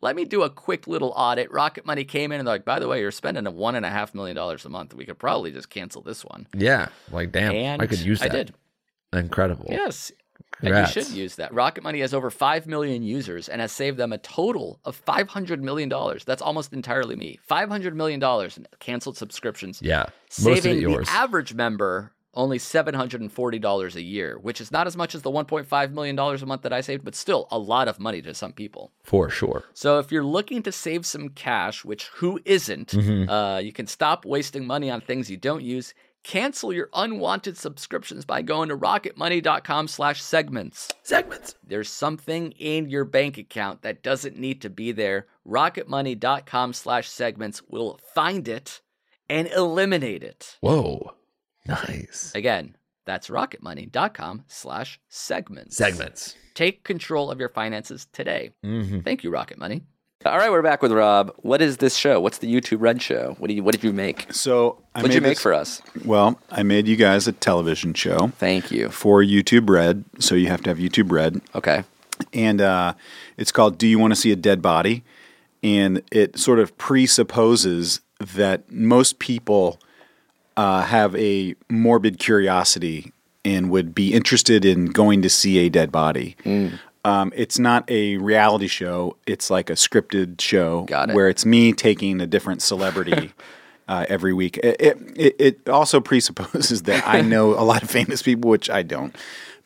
A: Let me do a quick little audit. Rocket Money came in and they're like, by the way, you're spending a one and a half million dollars a month. We could probably just cancel this one.
G: Yeah, like damn,
A: and
G: I could use that.
A: I did.
G: Incredible.
A: Yes.
G: Congrats.
A: And you should use that. Rocket Money has over 5 million users and has saved them a total of $500 million. That's almost entirely me. $500 million in canceled subscriptions.
G: Yeah, most of
A: saving
G: it yours.
A: the average member only $740 a year, which is not as much as the $1.5 million a month that I saved, but still a lot of money to some people.
G: for sure.
A: So if you're looking to save some cash, which who isn't, uh, you can stop wasting money on things you don't use. Cancel your unwanted subscriptions by going to rocketmoney.com slash segments.
G: Segments.
A: There's something in your bank account that doesn't need to be there. Rocketmoney.com slash segments will find it and eliminate it.
G: Whoa, nice.
A: Again, that's rocketmoney.com slash segments.
G: Segments.
A: Take control of your finances today.
C: Mm-hmm.
A: Thank you, Rocket Money.
B: All right, we're back with Rob. What is this show? What's the YouTube Red show? What do you What did you make?
C: So, I
B: What'd you
C: made
B: make
C: this-
B: for us?
C: Well, I made you guys a television show
B: Thank you.
C: for YouTube Red. So you have to have YouTube Red,
B: Okay.
C: and uh, it's called "Do You Want to See a Dead Body?" And it sort of presupposes that most people uh, have a morbid curiosity and would be interested in going to see a dead body.
B: Mm.
C: Um, it's not a reality show; it's like a scripted show
B: Got it.
C: where it's me taking a different celebrity. Uh, every week, it, it it- it also presupposes that I know a lot of famous people, which I don't.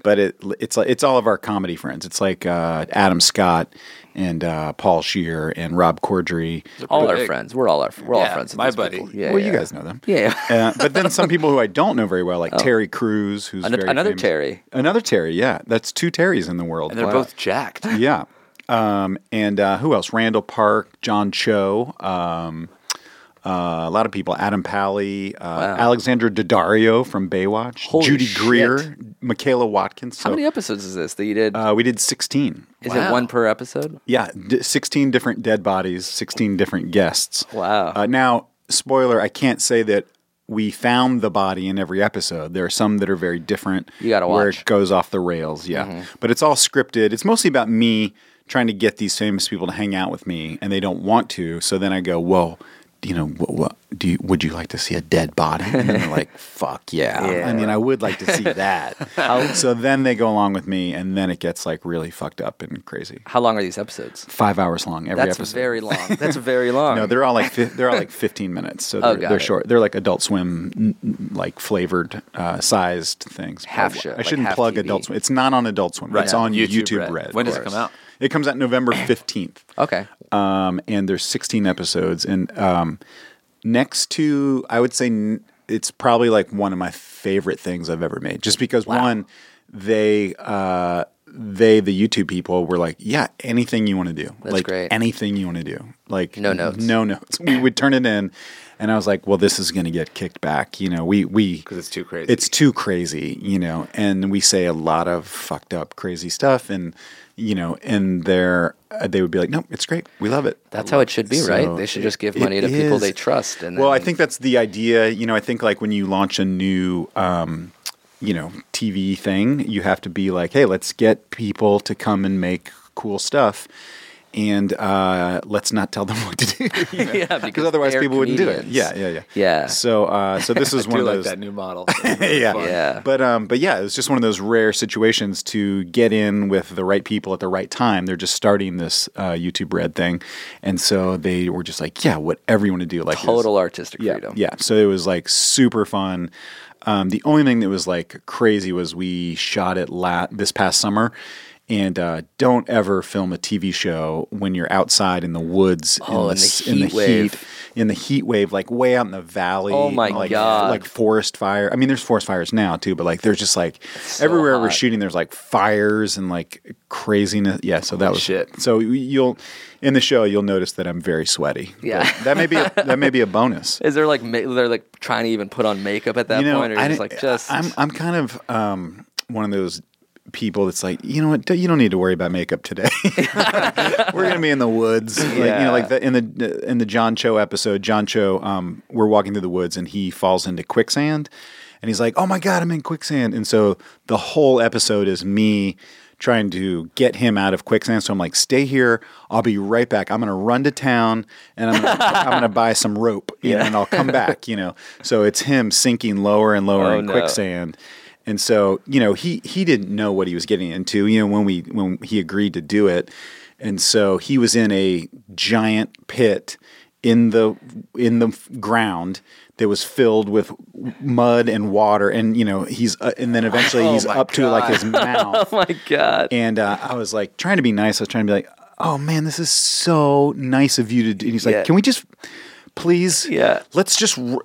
C: but it it's like it's all of our comedy friends. It's like uh, Adam Scott and uh, Paul Shear and Rob Cordry.
B: all our friends. We're all our we're all
A: Yeah,
B: friends. with
A: my
B: these
A: buddy.
B: people. Yeah,
C: well,
B: yeah.
C: you guys know them.
B: Yeah.
C: Uh, but then some people who I don't know very well, like Terry Crews, who's
B: Ano-
C: very
B: another
C: famous.
B: Terry.
C: Another Terry, yeah. That's two Terrys in the world.
A: and they're both jacked.
C: yeah. Um, and uh, who else? Randall Park, John Cho, um, uh, a lot of people. Adam Pally, uh, Alexander Daddario from Baywatch,
B: Holy
C: Judy
B: shit.
C: Greer, Michaela Watkins.
B: How
C: So,
B: many episodes is this that you did?
C: Uh, we did 16.
B: is it one per episode?
C: Yeah, d- 16 different dead bodies, 16 different guests.
B: Wow.
C: Uh, now, spoiler, I can't say that we found the body in every episode. There are some that are very different.
B: You gotta
C: Where
B: watch. Mm-hmm.
C: it goes off the rails, yeah. But it's all scripted. It's mostly about me trying to get these famous people to hang out with me, and they don't want to. So then I go, well, you know, what, what do you, would you like to see a dead body? And then they're like, fuck yeah. I mean, I would like to see that. so then they go along with me, and then it gets like really fucked up and crazy
B: How long are these episodes?
C: five hours long every
B: That's
C: episode.
B: very long. That's very long. Oh,
C: no, they're all like fi- they're all like fifteen minutes, so they're,
B: got
C: they're
B: it.
C: short. They're like Adult Swim, n- n- like flavored, uh, sized things.
B: Half
C: But
B: show,
C: I
B: like
C: shouldn't
B: half
C: plug
B: TV.
C: Adult Swim. It's not on Adult Swim.
A: Right.
C: It's
A: Yeah.
C: on
A: YouTube
C: YouTube,
A: Red.
C: Red.
A: When
C: of
A: does it come
C: course.
A: out?
C: It comes out November fifteenth.
B: okay.
C: Um, and there's 16 episodes, and um, next to I would say n- it's probably like one of my favorite things I've ever made, just because one they uh, they the YouTube people were like, yeah, anything you want to do,
B: That's
C: like
B: great.
C: anything you want to do, like
B: No notes.
C: no notes. We would turn it in, and I was like, well, this is gonna get kicked back, you know. We we
A: 'Cause it's too crazy.
C: It's too crazy, you know, and we say a lot of fucked up, crazy stuff, and you know, and they're uh, they would be like, no, it's great, we love it.
B: That's how it should be, right?
C: So
B: They should just give
C: it-
B: money to
C: it
B: people they
C: is.
B: trust. And
C: well, I
B: then-
C: think that's the idea. You know, I think like when you launch a new, um, you know, TV thing, you have to be like, hey, let's get people to come and make cool stuff. And uh, let's not tell them what to do, you know?
B: Yeah, because
C: otherwise
B: they're
C: people wouldn't do it.
B: comedians.
C: Yeah, yeah, yeah,
B: Yeah.
C: So, uh, so this is
A: I
C: one
A: do
C: of
A: like
C: those
A: that new model.
C: yeah.
B: Yeah.
C: But um, but yeah, it was just one of those rare situations to get in with the right people at the right time. They're just starting this uh, YouTube Red thing, and so they were just like, yeah, whatever you want to do, like it was-
B: total artistic
C: yeah,
B: freedom.
C: Yeah. So it was like super fun. Um, the only thing that was like crazy was we shot it la- this past summer. And uh, don't ever film a TV show when you're outside in the woods.
B: Oh, in the
C: s-
B: heat wave.
C: heat, in the heat wave, like way out in the valley.
B: Oh my
C: like,
B: God.
C: Like forest fire. I mean, there's forest fires now too, but like there's just like everywhere we're
B: hot.
C: shooting, there's like fires and like craziness. Yeah, so that was
A: shit.
C: So you'll in the show you'll notice that I'm very sweaty.
B: Yeah.
C: But that may be a, that may be a bonus.
B: Is there like ma- they're like trying to even put on makeup at that point, or just
C: I didn't-
B: like just
C: I'm I'm kind of um, one of those people that's like, you know what, you don't need to worry about makeup today. we're gonna be in the woods, like, you
B: Yeah.
C: know, like the, in the in the John Cho episode. John Cho, um, we're walking through the woods and he falls into quicksand, and he's like, oh my god, I'm in quicksand, and so the whole episode is me. Trying to get him out of quicksand, so I'm like, "Stay here. I'll be right back. I'm gonna run to town, and I'm gonna, I'm gonna buy some rope, you know, and I'll come back." You know, so it's him sinking lower and lower
B: Oh,
C: in
B: no.
C: quicksand quicksand. And so, you know, he he didn't know what he was getting into, you know, when we when he agreed to do it. And so he was in a giant pit in the in the f- ground that was filled with mud and water and you know, he's uh, and then eventually he's
A: my
C: up to like his mouth.
B: oh my god.
C: And uh, I was like trying to be nice. I was trying to be like, "Oh man, this is so nice of you to do." And he's like,
B: Yeah.
C: "Can we just, please,
B: Yeah.
C: let's just r-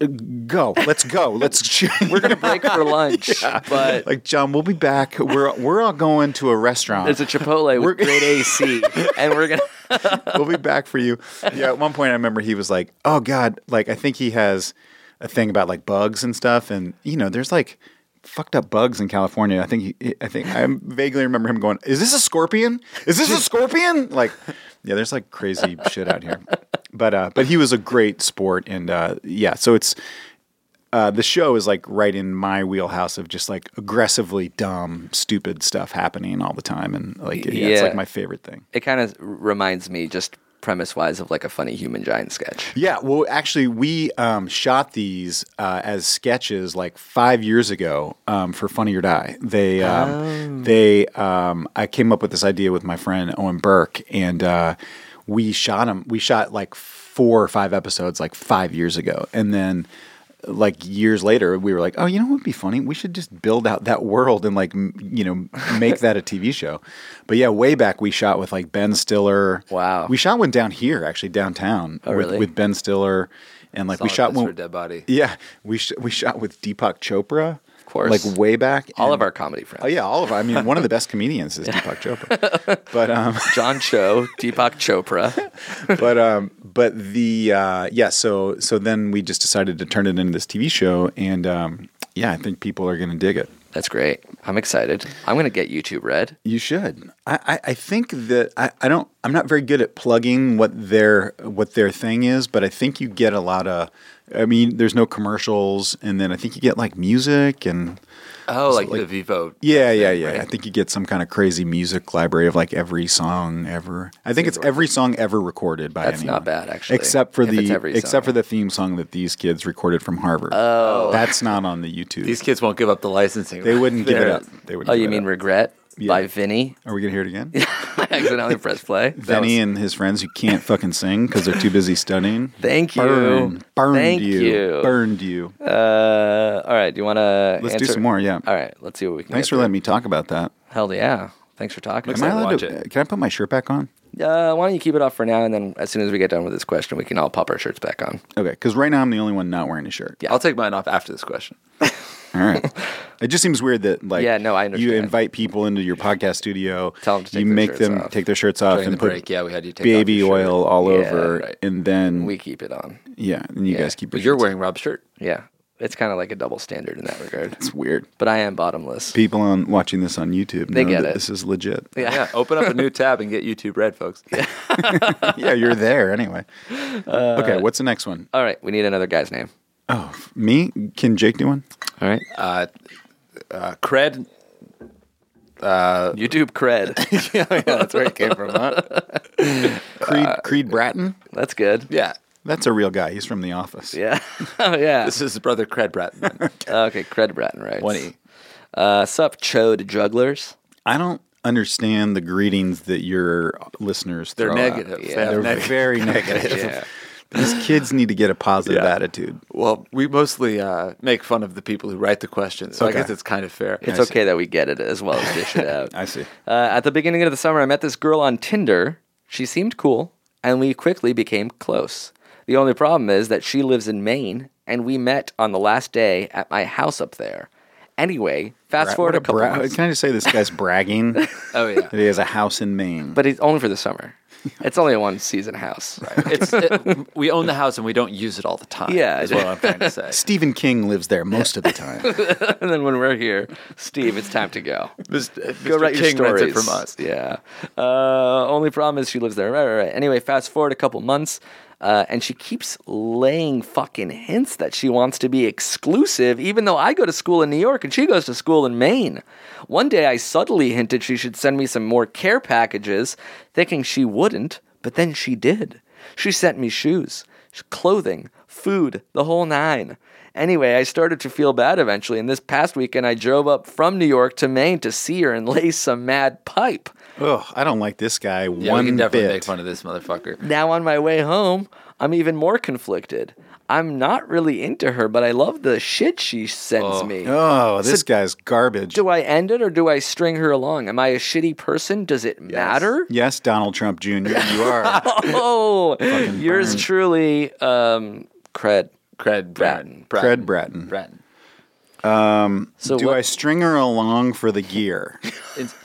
C: go, let's go, let's."
B: We're gonna break for lunch, but
C: like John, we'll be back. We're we're all going to a restaurant.
B: there's a Chipotle
C: We're-
B: with great AC, and we're gonna.
C: we'll be back for you. Yeah, at one point I remember he was like, "Oh God!" Like I think he has a thing about like bugs and stuff, and you know, there's like fucked up bugs in California. I think he, I think I vaguely remember him going, "Is this a scorpion? Is this a scorpion?" Like, yeah, there's like crazy shit out here. But uh, but he was a great sport, and uh, yeah, so it's. Uh, the show is like right in my wheelhouse of just like aggressively dumb, stupid stuff happening all the time, and like yeah, it's
B: Yeah.
C: like my favorite thing.
B: It kind of reminds me, just premise wise, of like a funny human giant sketch.
C: Yeah, well, actually, we um, shot these uh, as sketches like five years ago um, for Funny or Die. They, um, they, um, I came up with this idea with my friend Owen Burke, and uh, we shot them. We shot like four or five episodes like five years ago, and then like years later, we were like, oh, you know what would be funny? We should just build out that world and like, m- you know, make that a TV show. But yeah, way back we shot with like Ben Stiller.
A: Wow.
C: We shot one down here, actually downtown
A: Oh,
C: with,
A: really?
C: with Ben Stiller. And like we
A: Solid
C: shot
A: place
C: one
A: for a dead body.
C: Yeah. We, sh- we shot with Deepak Chopra. Of
B: course.
C: Like way back.
B: All of
C: and-
B: our comedy friends.
C: Oh yeah, all of our, I mean, one of the best comedians is Deepak Chopra. But um,
B: John Cho, Deepak Chopra.
C: but um, but the uh, yeah, so so then we just decided to turn it into this TV show, and um, yeah, I think people are going to dig it.
B: That's great. I'm excited. I'm going to get YouTube Red.
C: You should. I, I, I think that I, I don't. I'm not very good at plugging what their what their thing is, but I think you get a lot of. I mean, there's no commercials, and then I think you get like music and
A: Oh,
C: So,
A: like,
C: like-
A: the Vivo.
C: yeah, yeah, yeah. I think you get some kind of crazy music library of like every song ever. I think it's every song ever recorded by
B: That's
C: anyone.
B: not bad, actually,
C: Except for
B: if it's
C: the
B: every
C: except
B: song.
C: for the theme song that these kids recorded from Harvard. Oh, that's not on the YouTube.
A: These kids won't give up the licensing.
C: they wouldn't give it
A: They're-
C: up. They wouldn't.
B: Oh,
C: give
B: you
C: it
B: mean
C: up.
B: Regret
C: Yeah.
B: by Vinny?
C: Are we gonna hear it again?
B: I accidentally pressed play. That
C: Vinny
B: was-
C: and his friends who can't fucking sing because they're too busy studying.
B: Thank you.
C: Burned, burned
B: Thank
C: you.
B: you.
C: Burned you.
B: Uh, all right. Do you want to?
C: Let's do some more, yeah.
B: All right. Let's see what we can.
C: Thanks
B: get
C: for letting me talk about that.
B: through. Hell yeah. Thanks for talking.
C: Am I allowed to? Can I put my shirt back on?
B: Uh, why don't you keep it off for now, and then as soon as we get done with this question, we can all pop our shirts back on.
C: Okay, because right now I'm the only one not wearing a shirt.
A: I'll take mine off after this question.
C: All right. it just seems weird that like
B: Yeah, no, I
C: you
B: understand.
C: invite people into your podcast studio,
B: Tell 'em to take
C: you
B: their
C: make
B: shirts
C: them
B: off.
C: take their shirts off
A: During
C: and
A: the
C: put
A: break, yeah, we had you take off
C: baby
A: your shirt.
C: oil all
B: Yeah,
C: over,
B: right.
C: and then
B: We keep it on.
C: yeah, and you guys keep your
A: But you're
C: shirts-
A: wearing Rob's shirt.
B: Yeah, it's kind of like a double standard in that regard.
C: It's weird.
B: But I am bottomless.
C: People on watching this on YouTube
B: They
C: know
B: get
C: that
B: it.
C: this is legit.
A: Yeah. Open up a new tab and get YouTube Red, folks.
C: yeah, you're there anyway.
A: Uh,
C: okay, what's the next one?
B: All right, we need another guy's name.
C: Oh, me? Can Jake do one?
B: All right,
A: Uh, uh, cred. uh,
B: YouTube cred.
A: yeah, yeah, that's where it came from. Huh?
C: Creed
A: Uh,
C: Creed Bratton?
B: That's good.
A: Yeah.
C: That's a real guy. He's from The Office.
B: Yeah. oh yeah.
A: This is brother Cred Bratton.
B: okay, cred Bratton right?
A: One E.
B: Uh, sup, chode jugglers.
C: I don't understand the greetings that your listeners
A: They're
C: throw out.
A: negative. They have
C: They're
A: negative
C: very negative. These kids need to get a positive
A: Yeah.
C: attitude.
A: Well, we mostly uh, make fun of the people who write the questions, so
C: Okay.
A: I guess it's kind of fair.
B: It's okay that we get it as well as dish it out.
C: I see.
B: Uh, at the beginning of the summer, I met this girl on Tinder. She seemed cool, and we quickly became close. The only problem is that she lives in Maine, and we met on the last day at my house up there. Anyway, fast
C: Bra-
B: forward
C: what
B: a couple
C: bra-
B: months,
C: Can I just say this guy's bragging that
A: Oh yeah.
C: he has a house in Maine?
B: but it's only for the summer. It's only a one season house.
A: it's it, we own the house and we don't use it all the time.
B: Yeah,
A: is what I'm trying to say.
C: Stephen King lives there most of the time.
B: and then when we're here, Steve, it's time to go.
A: Go
B: Go write
A: uh, King
B: your stories
A: rents it from us.
B: Yeah. Uh, only problem is she lives there. Right, right, right. Anyway, fast forward a couple months, uh, and she keeps laying fucking hints that she wants to be exclusive, even though I go to school in New York and she goes to school in Maine. One day, I subtly hinted she should send me some more care packages, thinking she wouldn't, but then she did. She sent me shoes, clothing, food, the whole nine. Anyway, I started to feel bad eventually, and this past weekend I drove up from New York to Maine to see her and lay some mad pipe.
C: Ugh, I don't like this guy
A: Yeah,
C: one
A: we can definitely
C: bit.
A: make fun of this motherfucker.
B: Now on my way home, I'm even more conflicted. I'm not really into her, but I love the shit she sends me.
C: Oh, this guy's garbage.
B: Do I end it or do I string her along? Am I a shitty person? Does it matter?
C: yes, Donald Trump Jr., you are.
B: Oh, yours
C: burned.
B: truly, um, cred.
A: Mm. Cred Bratton.
C: Fred Bratton.
A: Bratton.
B: So
C: Do
B: what-
C: I string her along for the gear?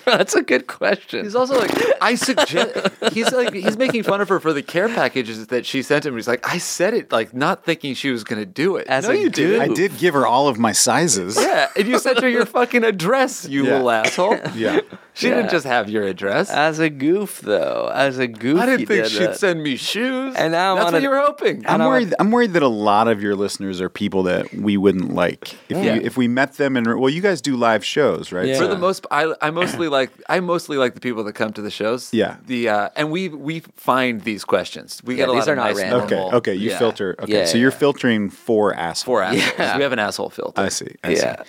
B: That's a good question.
A: He's also like, I suggest he's like he's making fun of her for the care packages that she sent him. He's like, I said it like not thinking she was gonna do it.
B: As
A: no,
B: a
A: you did.
C: I did give her all of my sizes.
A: Yeah, and you sent her your fucking address, you
C: Yeah.
A: little asshole.
C: Yeah.
A: She
B: Yeah.
A: didn't just have your address.
B: As a goof, though, as a goof,
A: I
B: you
A: didn't think
B: did
A: she'd
B: it.
A: send me shoes.
B: And now I'm
A: that's
B: on
A: what
B: a-
A: you were hoping.
C: I'm
B: I
C: worried. I'm worried that a lot of your listeners are people that we wouldn't like if
B: Yeah.
C: you, if we met them and well, you guys do live shows, right?
B: Yeah.
A: For the most, I, I mostly like I mostly like the people that come to the shows.
C: Yeah.
A: The uh, and we we find these questions. We get a
B: these
A: lot
B: are
A: of
B: not
A: nice
B: random.
C: okay,
A: normal-
C: okay, you
A: yeah,
C: filter. Okay,
B: Yeah,
C: so
B: yeah,
C: you're
B: yeah.
C: filtering four assholes.
A: for assholes.
B: Yeah.
A: We have an asshole filter.
C: I see. I
B: Yeah.
C: see.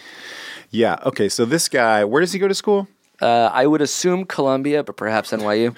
C: Yeah. Okay. So this guy, where does he go to school?
B: Uh, I would assume Columbia, but perhaps NYU.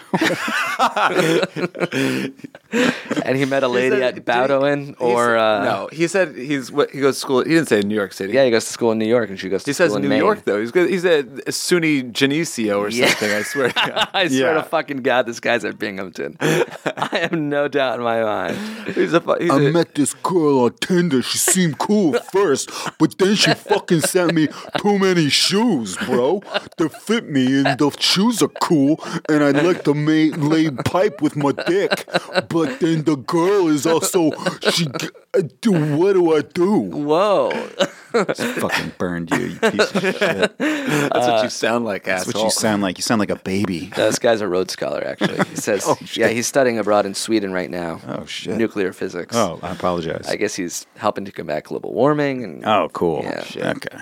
B: and he met a lady
A: said-
B: at Bowdoin, or uh,
A: no, Oh, he said he's what he goes to school. He didn't say New York City.
B: yeah, he goes to school in New York, and she goes. To
A: He says
B: school in
A: New
B: Maine.
A: York though. He's good. He's a SUNY Geneseo or
B: Yeah.
A: something. I swear. to God.
B: I swear
C: Yeah.
B: to fucking God, this guy's at Binghamton. I have no doubt in my mind.
A: He's a. fu- He's a
C: this girl on Tinder. She seemed cool at first, but then she fucking sent me too many shoes, bro. They fit me, and the shoes are cool, and I'd like to ma- lay pipe with my dick. But then the girl is also she. uh, do- What do I do?
B: Whoa.
C: Fucking burned you, you piece of shit. That's
A: that's what you sound like, asshole.
C: what you sound like. You sound like a baby.
B: No, this guy's a Rhodes Scholar, actually. He says, yeah, he's studying abroad in Sweden right now.
C: Oh, shit.
B: Nuclear physics.
C: Oh, I apologize.
B: I guess he's helping to combat global warming.
A: Uh,
B: And
C: Oh, cool.
B: Yeah.
C: Shit. Okay.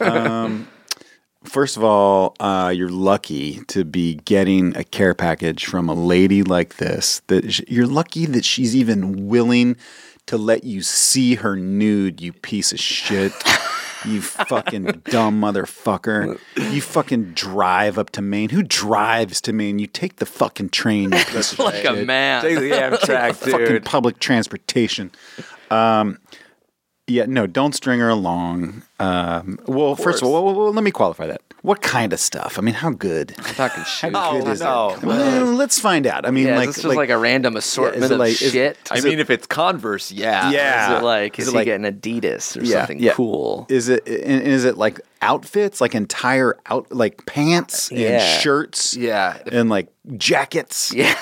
C: Um, first of all, uh, you're lucky to be getting a care package from a lady like this. That sh- you're lucky that she's even willing to let you see her nude. You piece of shit. You fucking dumb motherfucker. You fucking drive up to Maine. Who drives to Maine? You take the fucking train, you piece of
B: like a
C: shit.
B: man.
A: Take the Amtrak,
C: Fucking
A: dude.
C: public transportation. Um, yeah, no, don't string her along. Um, well, first of all, well, well, let me qualify that. What kind of stuff? I mean, how good?
B: Fucking shit.
C: How
A: Oh,
C: good is
A: no.
C: it? Well, let's find out. I mean,
B: yeah,
C: like,
B: like, this just like, a random assortment
C: it
B: of
C: like- is-
B: shit.
A: I mean, if it's Converse, yeah.
C: Yeah.
B: is it like,
C: Is
B: is,
C: it
B: he
C: like-
B: getting Adidas or
C: Yeah,
B: something
C: yeah.
B: cool?
C: is it and- and is it like outfits, like entire out, like pants and
B: Yeah.
C: shirts,
A: Yeah. If-
C: and like jackets?
B: Yeah.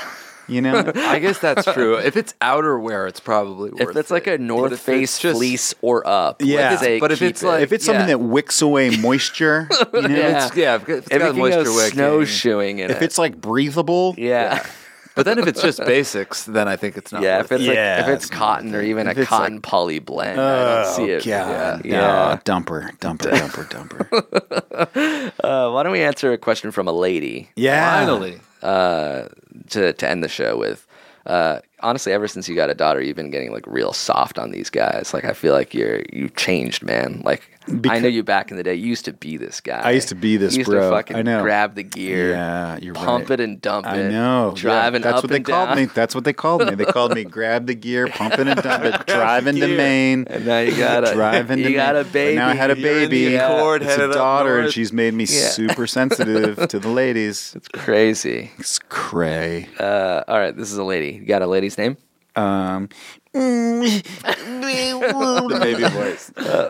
C: you know,
A: I guess that's true. If it's outerwear, it's probably worth
B: If that's like
A: it.
B: a North
A: But if
B: Face
A: it's just-
B: fleece or up,
C: Yeah.
B: let's say
A: But if
B: keep
A: it's
B: it.
A: like-
C: if it's something
A: yeah.
C: that wicks away moisture, you know,
A: Yeah,
C: it's-
A: yeah. If it's
B: if
A: got
B: it can
A: moisture
B: go
A: wicking.
B: snowshoeing in
C: if
B: it.
C: it's like breathable,
B: yeah.
A: But then if it's just basics, then I think it's not.
B: Yeah,
A: Yeah,
B: if it's
C: Yeah,
B: like if it's
C: it's not
B: cotton or even
C: If
B: a
C: it's like- oh,
B: cotton poly blend, I don't see it.
C: God,
B: Yeah.
C: no,
B: yeah.
C: dumper, dumper, dumper, dumper.
B: Uh, why don't we answer a question from a lady
C: Yeah,
A: finally.
B: uh, to to end the show with? Uh, honestly, ever since you got a daughter, you've been getting like real soft on these guys. Like I feel like you're you've changed, man. Like I know you back in the day. You used to be this guy.
C: I used to be this
B: You used
C: bro.
B: to fucking
C: I know.
B: grab the gear.
C: Yeah, you're
B: pump
C: right.
B: it and dump it.
C: I know.
B: Driving
C: yeah, that's
B: up
C: what they
B: and
C: called
B: down.
C: me. That's what they called me. They called me grab the gear, pumping and dump it, driving to Maine.
B: And now you got a
C: Driving
B: you
C: to
B: got a
C: Maine. But
B: baby.
C: Now I had a
A: You're in the
C: baby.
A: Accord,
C: it's
A: headed
C: a
A: up
C: daughter, and
A: north.
C: she's made me
B: Yeah.
C: super sensitive to the ladies.
B: It's crazy.
C: It's cray.
B: Uh, all right, this is a lady. You got a lady's name?
C: Um,
A: The baby voice.
B: Uh,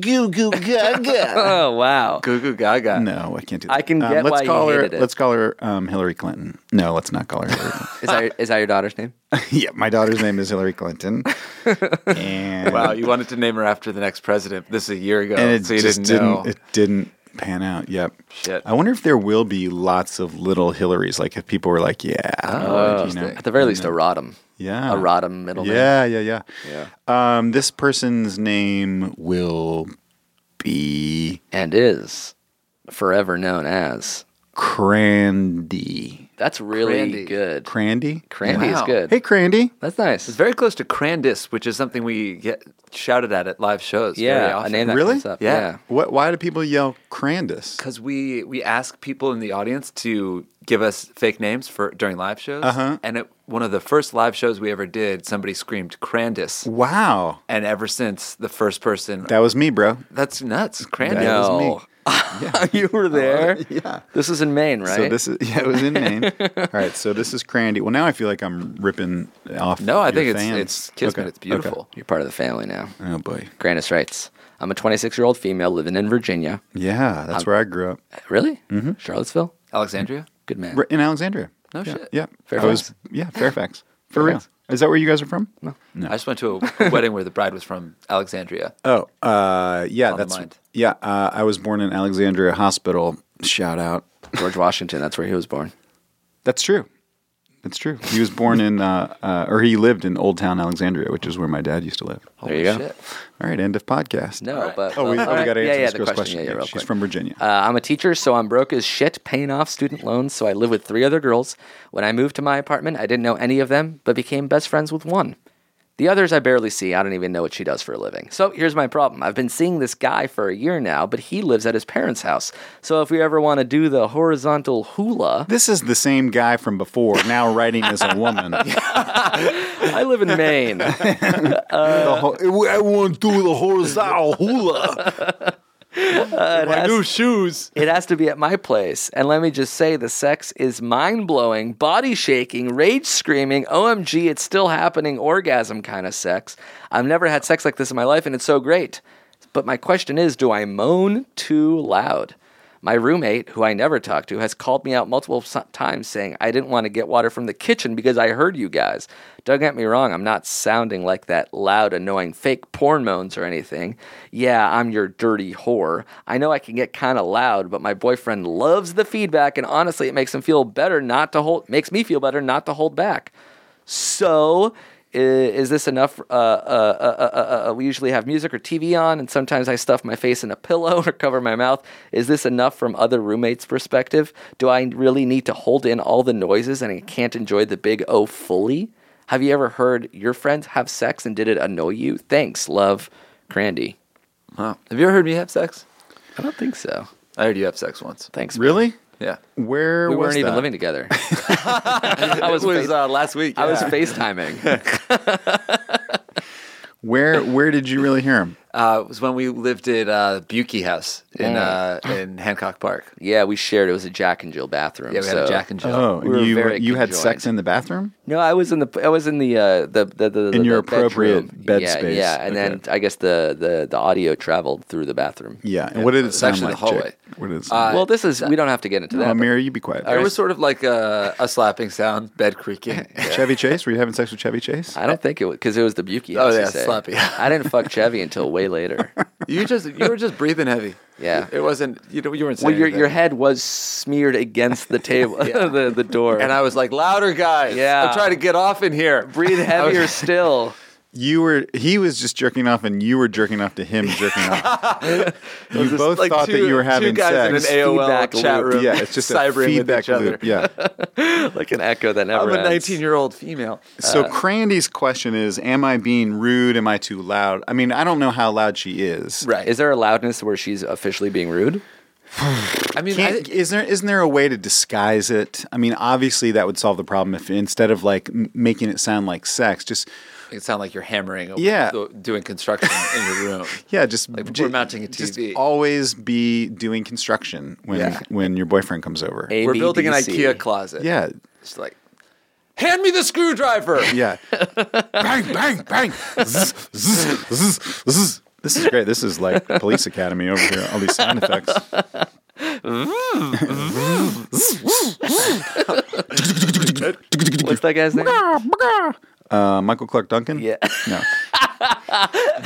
C: goo goo gaga.
B: Oh wow.
A: Goo goo gaga.
C: No, I can't do that. Um,
B: I can get
C: let's
B: why you
C: call her.
B: hated it.
C: Let's call her um, Hillary Clinton. No, let's not call her. Hillary Clinton.
B: Is that your, is that your daughter's name?
C: yeah, my daughter's name is Hillary Clinton. And
A: Wow, Oh, you wanted to name her after the next president. This is a year
B: Oh,
A: ago,
C: and it
A: so you
C: just
A: didn't, know.
C: It didn't pan out. Yep.
A: Shit.
C: I wonder if there will be lots of little Hillarys. Like if people were like, yeah, like, you know,
B: Oh, At the very least, a Rodham.
C: yeah,
B: A Rodham middle name.
C: Yeah, yeah, yeah, yeah. Um, this person's name will be
B: And is forever known as.
C: Crandy.
B: That's really
A: Crandy.
B: good.
C: Crandy.
B: Crandy is
A: Wow.
B: good.
C: Hey, Crandy.
B: That's nice.
A: It's very close to Crandis, which is something we get shouted at at live shows. very
B: yeah, a
A: often.
B: name that
C: Really?
B: comes up.
A: Yeah.
B: Yeah.
C: What? Why do people yell Crandus?
A: because we we ask people in the audience to give us fake names for during live shows.
C: Uh-huh.
A: And at one of the first live shows we ever did, somebody screamed Crandis,
C: Wow,
A: and ever since the first person,
C: that was me, bro.
A: that's nuts, Crandis.
C: That was me. Oh,
B: No. you were there. yeah. This is in Maine, right?
C: So this is yeah, it was in Maine. All right, so this is Crandy. Well, now I feel like I'm ripping off.
A: No, I
C: your
A: think it's
C: fans.
A: it's kismet.
C: Okay,
A: It's beautiful.
B: You're part of the family now.
C: okay. Oh boy,
B: Grannis writes, I'm a 26 year old female living in Virginia.
C: yeah,
A: Um,
C: that's where I grew up
A: uh,
B: Really? Mm-hmm. Charlottesville?
A: Alexandria.
B: Good man.
C: Right in Alexandria.
A: No
C: yeah,
A: shit.
C: Yeah,
B: Fairfax.
C: I was yeah Fairfax for
B: Fairfax.
C: real. Is that where you guys are from?
A: I just went to a wedding where the bride was from Alexandria.
C: Oh, uh, yeah,
A: On the
C: that's
A: mind.
C: yeah. Uh, I was born in Alexandria Hospital. Shout out.
B: George Washington, that's where he was born.
C: That's true. That's true. He was born in, uh, uh, or he lived in Old Town Alexandria, which is where my dad used to live.
B: there you go.
A: Shit.
C: All right, end of podcast.
B: No, but
C: Oh, we,
B: well,
C: oh, we
B: alright.
C: got to answer
B: yeah, yeah,
C: this
B: the
C: girl's question.
B: Yeah,
C: Yeah,
B: real
C: She's
B: quick.
C: from Virginia.
B: Uh, I'm a teacher, so I'm broke as shit, paying off student loans. So I live with three other girls. When I moved to my apartment, I didn't know any of them, but became best friends with one. The others I barely see. I don't even know what she does for a living. So here's my problem. I've been seeing this guy for a year now, but he lives at his parents' house. So if we ever want to do the horizontal hula,
C: This is the same guy from before, now writing as a woman.
B: I live in Maine.
C: The whole- I want to do the horizontal hula.
A: My new shoes.
B: It has to be at my place. And let me just say the sex is mind blowing, body shaking, rage screaming, OMG, it's still happening, orgasm kind of sex. I've never had sex like this in my life, and it's so great. But my question is do I moan too loud? My roommate, who I never talk to, has called me out multiple s- times saying I didn't want to get water from the kitchen because I heard you guys. Don't get me wrong, I'm not sounding like that loud, annoying fake porn moans or anything. Yeah, I'm your dirty whore. I know I can get kind of loud, but my boyfriend loves the feedback, and honestly, it makes him feel better not to hold. Makes me feel better not to hold back. So, i- is this enough? Uh, uh, uh, uh, uh, uh, we usually have music or TV on, and sometimes I stuff my face in a pillow or cover my mouth. Is this enough from other roommates' perspective? Do I really need to hold in all the noises and I can't enjoy the big O fully? Have you ever heard your friends have sex and did it annoy you? Thanks, love, Crandy.
A: Wow. Have you ever heard me have sex?
B: I don't think so.
A: I heard you have sex once.
B: Thanks. man.
C: Really?
A: Yeah.
C: Where
B: We
C: was
B: weren't even
C: that?
B: living together. I was,
A: It was
B: face-
A: uh, last week.
B: I was
A: yeah.
B: FaceTiming.
C: Where Where did you really hear him?
A: Uh, it was when we lived at uh, Buki House in uh, in Hancock Park.
B: yeah, we shared. It was a Jack and Jill bathroom.
A: Yeah, we had
B: so-
A: a Jack and Jill.
C: Oh,
B: we were
C: you
B: very
C: you had
B: conjoined.
C: sex in the bathroom?
B: No, I was in the I was in the uh, the, the the
C: In
B: the bedroom.
C: your appropriate bed
B: yeah,
C: space.
B: Yeah, and then I guess the, the the audio traveled through the bathroom.
C: Yeah. And what did it
A: It's
C: sound
A: actually
C: like?
A: the hallway.
C: Jake? What did it sound
A: Uh,
B: Well, this is we don't have to get into
C: like?
B: that.
C: Oh,
B: but-
C: Mary, you be quiet.
A: There was sort of like a, a slapping sound, bed creaking.
C: Chevy Chase? Were you having sex with Chevy Chase?
B: I don't think it was because it was the Buki.
A: Oh,
B: as you
A: yeah,
B: say.
A: sloppy.
B: I didn't fuck Chevy until way later.
A: You just you were just breathing heavy.
B: Yeah.
A: It wasn't you know you weren't
B: well,
A: saying
B: your your
A: anything.
B: head was smeared against the table, the the door,
A: and I was like, louder guys.
B: Yeah.
A: I'm trying to get off in here.
B: breathe heavier still.
C: You were he was just jerking off and you were jerking off to him jerking off. you
A: Just
C: both
A: like
C: thought that
A: two-
C: you were having
A: two guys
C: sex.
A: in an AOL
B: Feedback
A: chat
B: loop.
A: room.
C: yeah, it's just a
A: cybering with
C: feedback
A: each other.
C: loop. Yeah.
B: like an echo that never
A: I'm a
B: ends.
A: 19 year old female.
C: So Crandy's question is, am I being rude? Am I too loud? I mean, I don't know how loud she is.
A: Right.
B: Is there a loudness where she's officially being rude?
A: I mean, I,
C: Can't, is there isn't there a way to disguise it? I mean, obviously that would solve the problem if instead of like m- making it sound like sex, just
A: it sound like you're hammering. a-
C: Yeah.
A: Doing construction in your room.
C: yeah, just
A: Like
C: ju-
A: we're mounting a
C: just
A: TV.
C: always be doing construction when
A: Yeah.
C: when your boyfriend comes over.
B: A,
A: we're
B: B,
A: building an
B: D, C.
A: IKEA closet.
C: Yeah,
A: It's like, hand me the screwdriver.
C: yeah. bang, bang, bang. Zzz, zzz, zzz, zzz. This is great. This is like Police Academy over here. All these sound effects.
B: What's that guy's name?
C: Uh, Michael Clark Duncan.
B: Yeah.
C: No.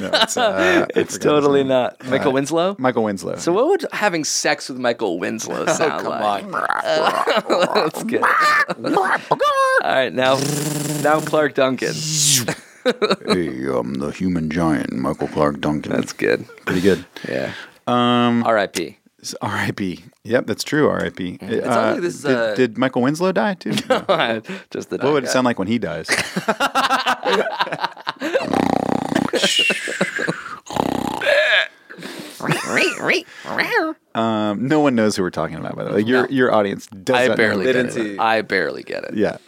C: no it's uh, I
B: it's
C: forgot his
B: totally
C: name. Uh,
B: not Michael Winslow.
C: Michael Winslow.
B: So what would having sex with Michael Winslow sound
A: Oh, Come
B: like?
A: on.
B: That's good. All right, now now Clark Duncan.
C: hey, I'm the human giant, Michael Clark Duncan.
B: That's good.
C: pretty good.
B: Yeah. Um. R.I.P.
C: It's R.I.P. Yep, that's true. R.I.P.
A: sounds
C: It,
A: like this is
C: Uh, did,
B: uh,
A: a-
C: did Michael Winslow die too? No.
B: Just the.
C: what would it sound like when he dies? um, no one knows who we're talking about, by the way. Your your audience doesn't.
B: I barely
C: know.
B: get
A: didn't
B: it.
A: see-
B: I barely get it.
C: Yeah,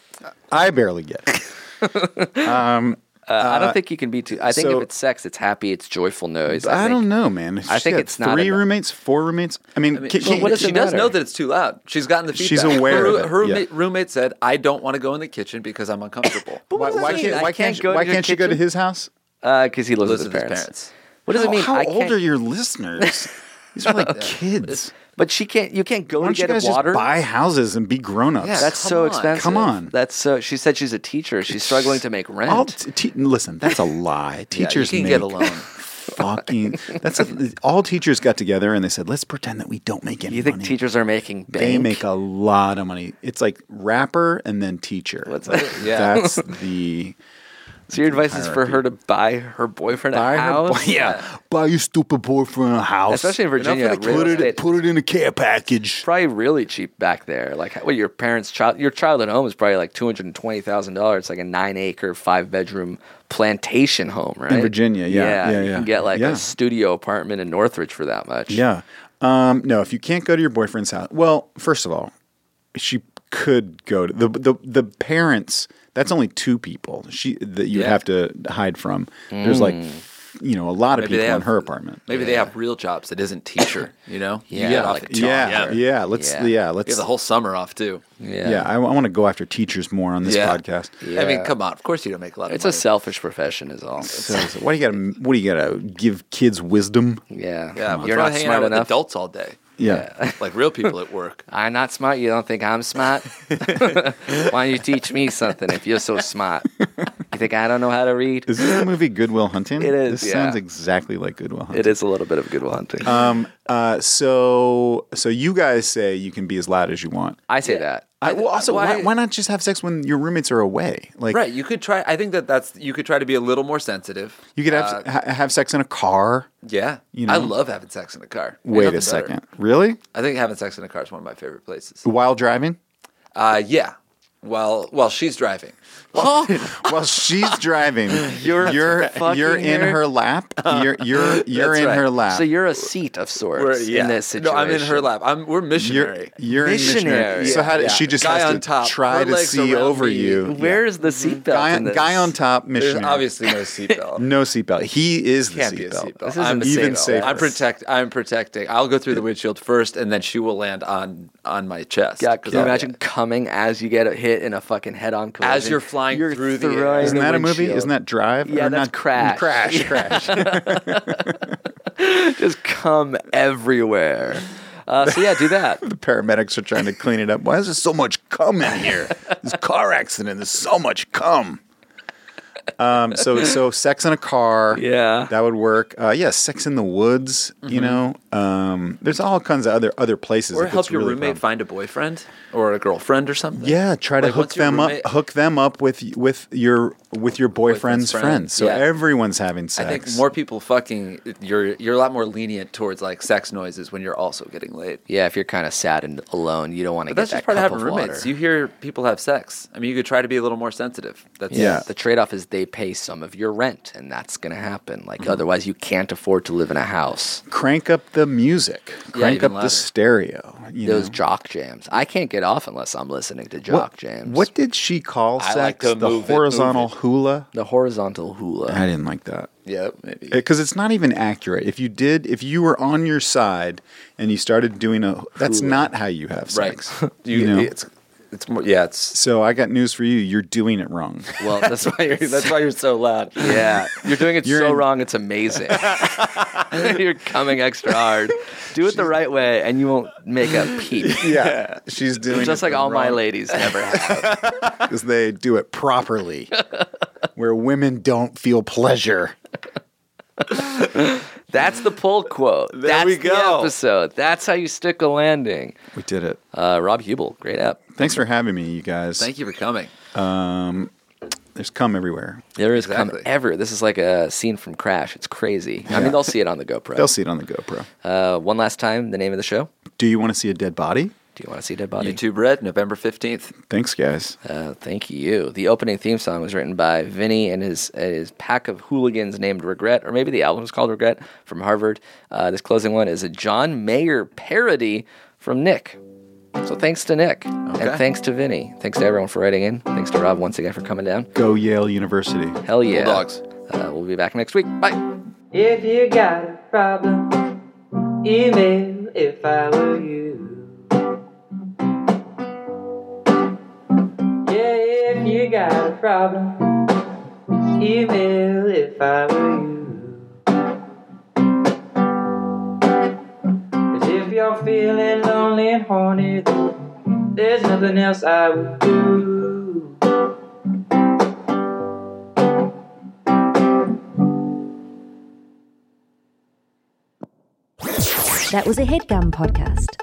C: I barely get it. Um,
B: Uh, I don't think you can be too. I think
C: so-
B: if it's sex, it's happy, it's joyful noise.
C: I,
B: think-
C: don't know, man. If
B: I
C: she
B: think
C: had
B: it's not
C: three
B: enough.
C: roommates, four roommates. I mean,
A: She,
C: can- can-
B: what does
A: she
B: it
A: does
B: matter?
A: know that it's too loud. She's gotten the feedback.
C: She's aware
A: Her,
C: of it,
A: her
C: yeah.
A: roommate, roommate said, "I don't want to go in the kitchen because I'm uncomfortable."
C: why, why
B: mean?
C: can't
B: I
C: why
B: can't
C: can't, she-
B: go to
C: why
B: your
C: can't she go to
B: kitchen?
C: his house?
B: because he lives,
A: Lives
B: with
A: with
B: his parents.
A: his parents.
B: What does it mean?
C: How
B: I
C: old
B: can't-
C: are your listeners? These are like kids.
B: But she can't. You can't go to
C: Why don't you
B: get
C: guys
B: water.
C: just buy houses and be grown-ups?
A: Yeah,
B: That's
A: Come
B: so
A: on.
B: expensive.
C: Come on.
B: That's so. She said she's a teacher. She's struggling to make rent.
C: All t- te- listen, that's a lie. Teachers
A: can get
C: make
A: a loan.
C: Fucking, that's a, all. Teachers got together and they said, "Let's pretend that we don't make any
B: you think
C: money."
B: teachers are making bank?
C: they make a lot of money. It's like rapper and then teacher. That's
B: it? Yeah.
C: that's the
B: So your advice is for her to buy her boyfriend
C: Buy
B: a
C: her
B: house?
C: boy- yeah, buy your stupid boyfriend a house.
B: Especially in Virginia,
C: Enough of the
B: real
C: put
B: estate.
C: it put it in a care package.
B: Probably really cheap back there. Like what your parents' child, your childhood home is probably like two hundred and twenty thousand dollars. It's like a nine acre, five bedroom plantation home, right?
C: Virginia,
B: yeah.
C: yeah, yeah,
B: you can
C: yeah.
B: get like
C: Yeah.
B: a studio apartment in Northridge for that much.
C: Yeah. Um, no, if you can't go to your boyfriend's house, well, first of all, she could go to the the the parents. That's only two people. She that you
A: Yeah.
C: have to hide from. There's like,
B: Mm.
C: you know, a lot of
A: Maybe they
C: people in
A: have-
C: her apartment.
A: Maybe they have real jobs that isn't teacher, you know? You
B: Yeah,
A: get off
B: like
A: at
B: teacher.
C: Yeah,
A: Yeah.
C: yeah. Let's
B: Yeah.
C: yeah,
A: You have
C: let's
A: the whole summer off too.
C: yeah. I, want to go after teachers more on this
A: Yeah.
C: podcast.
A: I
B: Yeah.
A: mean, come on. Of course you don't make a lot of
B: It's a
A: money.
B: selfish profession, is all.
C: So, so what do you got? to What do you got to give kids wisdom?
B: yeah,
A: yeah, but
B: you're
A: throwing-
B: not
A: hanging
B: smart
A: out with
B: enough.
A: adults all day.
C: Yeah.
A: Like real people at work.
B: I'm not smart. You don't think I'm smart? Why don't you teach me something if you're so smart? You think I don't know how to read?
C: Is this the movie Goodwill Hunting?
B: It is,
C: This
B: yeah.
C: sounds exactly like Goodwill Hunting.
B: It is a little bit of good hunting.
C: Um. Uh. So. So you guys say you can be as loud as you want.
B: I say that.
C: I, well, also, why,
A: why-
C: why, not just have sex when your roommates are away? Like,
A: Right. You could try I think that that's you could try to be a little more sensitive.
C: you could have ha- have sex in a car.
A: Yeah.
C: You
A: I
C: know?
A: love having sex in the car. Ain't
C: Wait
A: nothing better.
C: a second, really?
A: I think having sex in the car is one of my favorite places.
C: While driving?
A: Uh yeah. While while she's driving.
C: Well, she's driving. You're you're
B: fucking
C: you're in
B: her?
C: her lap. You're you're you're
A: That's
C: in
A: right.
C: her lap.
B: So you're a seat of sorts
A: We're- yeah.
B: in this situation.
A: No, I'm in her lap. I'm we're
C: you're,
A: missionary.
C: you're in missionary.
B: Missionary.
C: So how did
A: Yeah.
C: she just
A: Guy
C: has
A: on
C: to
A: top,
C: try
A: her
C: to
A: legs
C: see
A: around
C: over
A: me.
C: you?
B: Where is the seatbelt?
C: Guy,
B: in this?
C: guy on top
A: There's
C: missionary.
A: obviously no seatbelt.
C: no seatbelt. He is the
A: Can't be a
C: seatbelt.
A: seatbelt.
B: isn't
A: I'm
B: a
C: even
B: seatbelt.
C: safer.
A: I'm protect. I'm protecting. I'll go through the windshield first, and then she will land on on my chest.
B: Yeah,
A: 'Cause
B: can you
A: I'll-
B: imagine coming as you get hit in a fucking head-on collision?
A: As you're flying through the air.
B: throwing
C: Isn't that a movie?
B: windshield.
C: Isn't that Drive?
B: Yeah,
C: Or
B: that's
C: not-
B: Crash.
C: Crash, Crash.
B: just come everywhere? Uh, so yeah, do that.
C: paramedics are trying to clean it up. Why is there so much cum in here? This car accident. There's so much cum. Um, so so sex in a car.
B: Yeah.
C: that would work. Uh, yeah, sex in the woods. You know, um, there's all kinds of other other places.
A: Mm-hmm. or
C: if
A: help
C: it's
A: your
C: really
A: roommate
C: fun.
A: find a boyfriend or a girlfriend or something.
C: Yeah, try to
A: Like,
C: hook
A: once your
C: them
A: roommate-
C: up. Hook them up with with your with your
A: Boyfriend's
C: boyfriend's, friends.
A: friend.
C: So
A: Yeah.
C: everyone's having
A: I
C: sex.
A: think more people fucking. You're you're a lot more lenient towards like sex noises when you're also getting laid.
B: Yeah, if you're kind of sad and alone, you don't want to get
A: But that's
B: that
A: just part of
B: cup
A: having
B: of
A: roommates.
B: water.
A: You hear people have sex. I mean, you could try to be a little more sensitive. That's
C: Yeah.
B: The trade-off is they pay some of your rent, and that's going to happen. Like
C: Mm-hmm.
B: otherwise, you can't afford to live in a house.
C: crank up the music. Crank
A: even
C: up
A: louder.
C: the stereo. You
B: Those
C: know?
B: jock jams. I can't get off unless I'm listening to jock
C: What,
B: jams.
C: what did she call
A: I
C: sex?
A: like to
C: the
A: move it, move
C: horizontal
A: it.
C: hula.
B: the horizontal hula?
C: I didn't like that
A: yeah, maybe.
C: because it's not even accurate. If you did, if you were on your side and you started doing a, that's not how you have
A: right.
C: sex.
A: You,
C: You know.
A: it's it's more. Yeah, it's.
C: So I got news for you. You're doing it wrong.
B: Well, that's why you're.
A: That's why you're so loud.
B: yeah, you're doing it
C: You're
B: so
C: in-
B: wrong. It's amazing. you're coming extra hard. Do it the right way, and you won't make a peep.
C: Yeah, she's doing
B: Just
C: it
B: like
C: the
B: all my
C: wrong-
B: ladies never have.
C: because they do it properly, where women don't feel pleasure.
B: That's the pull quote. There That's
A: we
B: the
A: go.
B: episode. That's how you stick a landing.
C: We did it.
B: Uh, Rob Hubel, great app.
C: Thanks for having me, you guys.
A: Thank you for coming.
C: There's cum everywhere.
B: There is come
A: Exactly.
B: ever. This is like a scene from Crash. It's crazy. I mean, they'll see it on the GoPro.
C: They'll see it on the GoPro.
B: Uh, one last time, the name of the show.
C: Do you want to see a dead body?
B: Do you want to see Dead Body?
A: YouTube Red, November fifteenth.
C: Thanks, guys.
B: Uh, thank you. The opening theme song was written by Vinny and his his pack of hooligans named Regret, or maybe the album is called Regret from Harvard. Uh, this closing one is a John Mayer parody from Nick. So thanks to Nick and
A: Okay.
B: thanks to Vinny. Thanks to everyone for writing in. Thanks to Rob once again for coming down.
C: Go Yale University.
B: Hell yeah.
A: Bulldogs.
B: Uh, we'll be back next week. Bye.
H: If you got a problem, email if I were you. Yeah, if you got a problem, email if I were you. 'Cause if you're feeling lonely and horny, there's nothing else I would do.
I: That was a headgum podcast.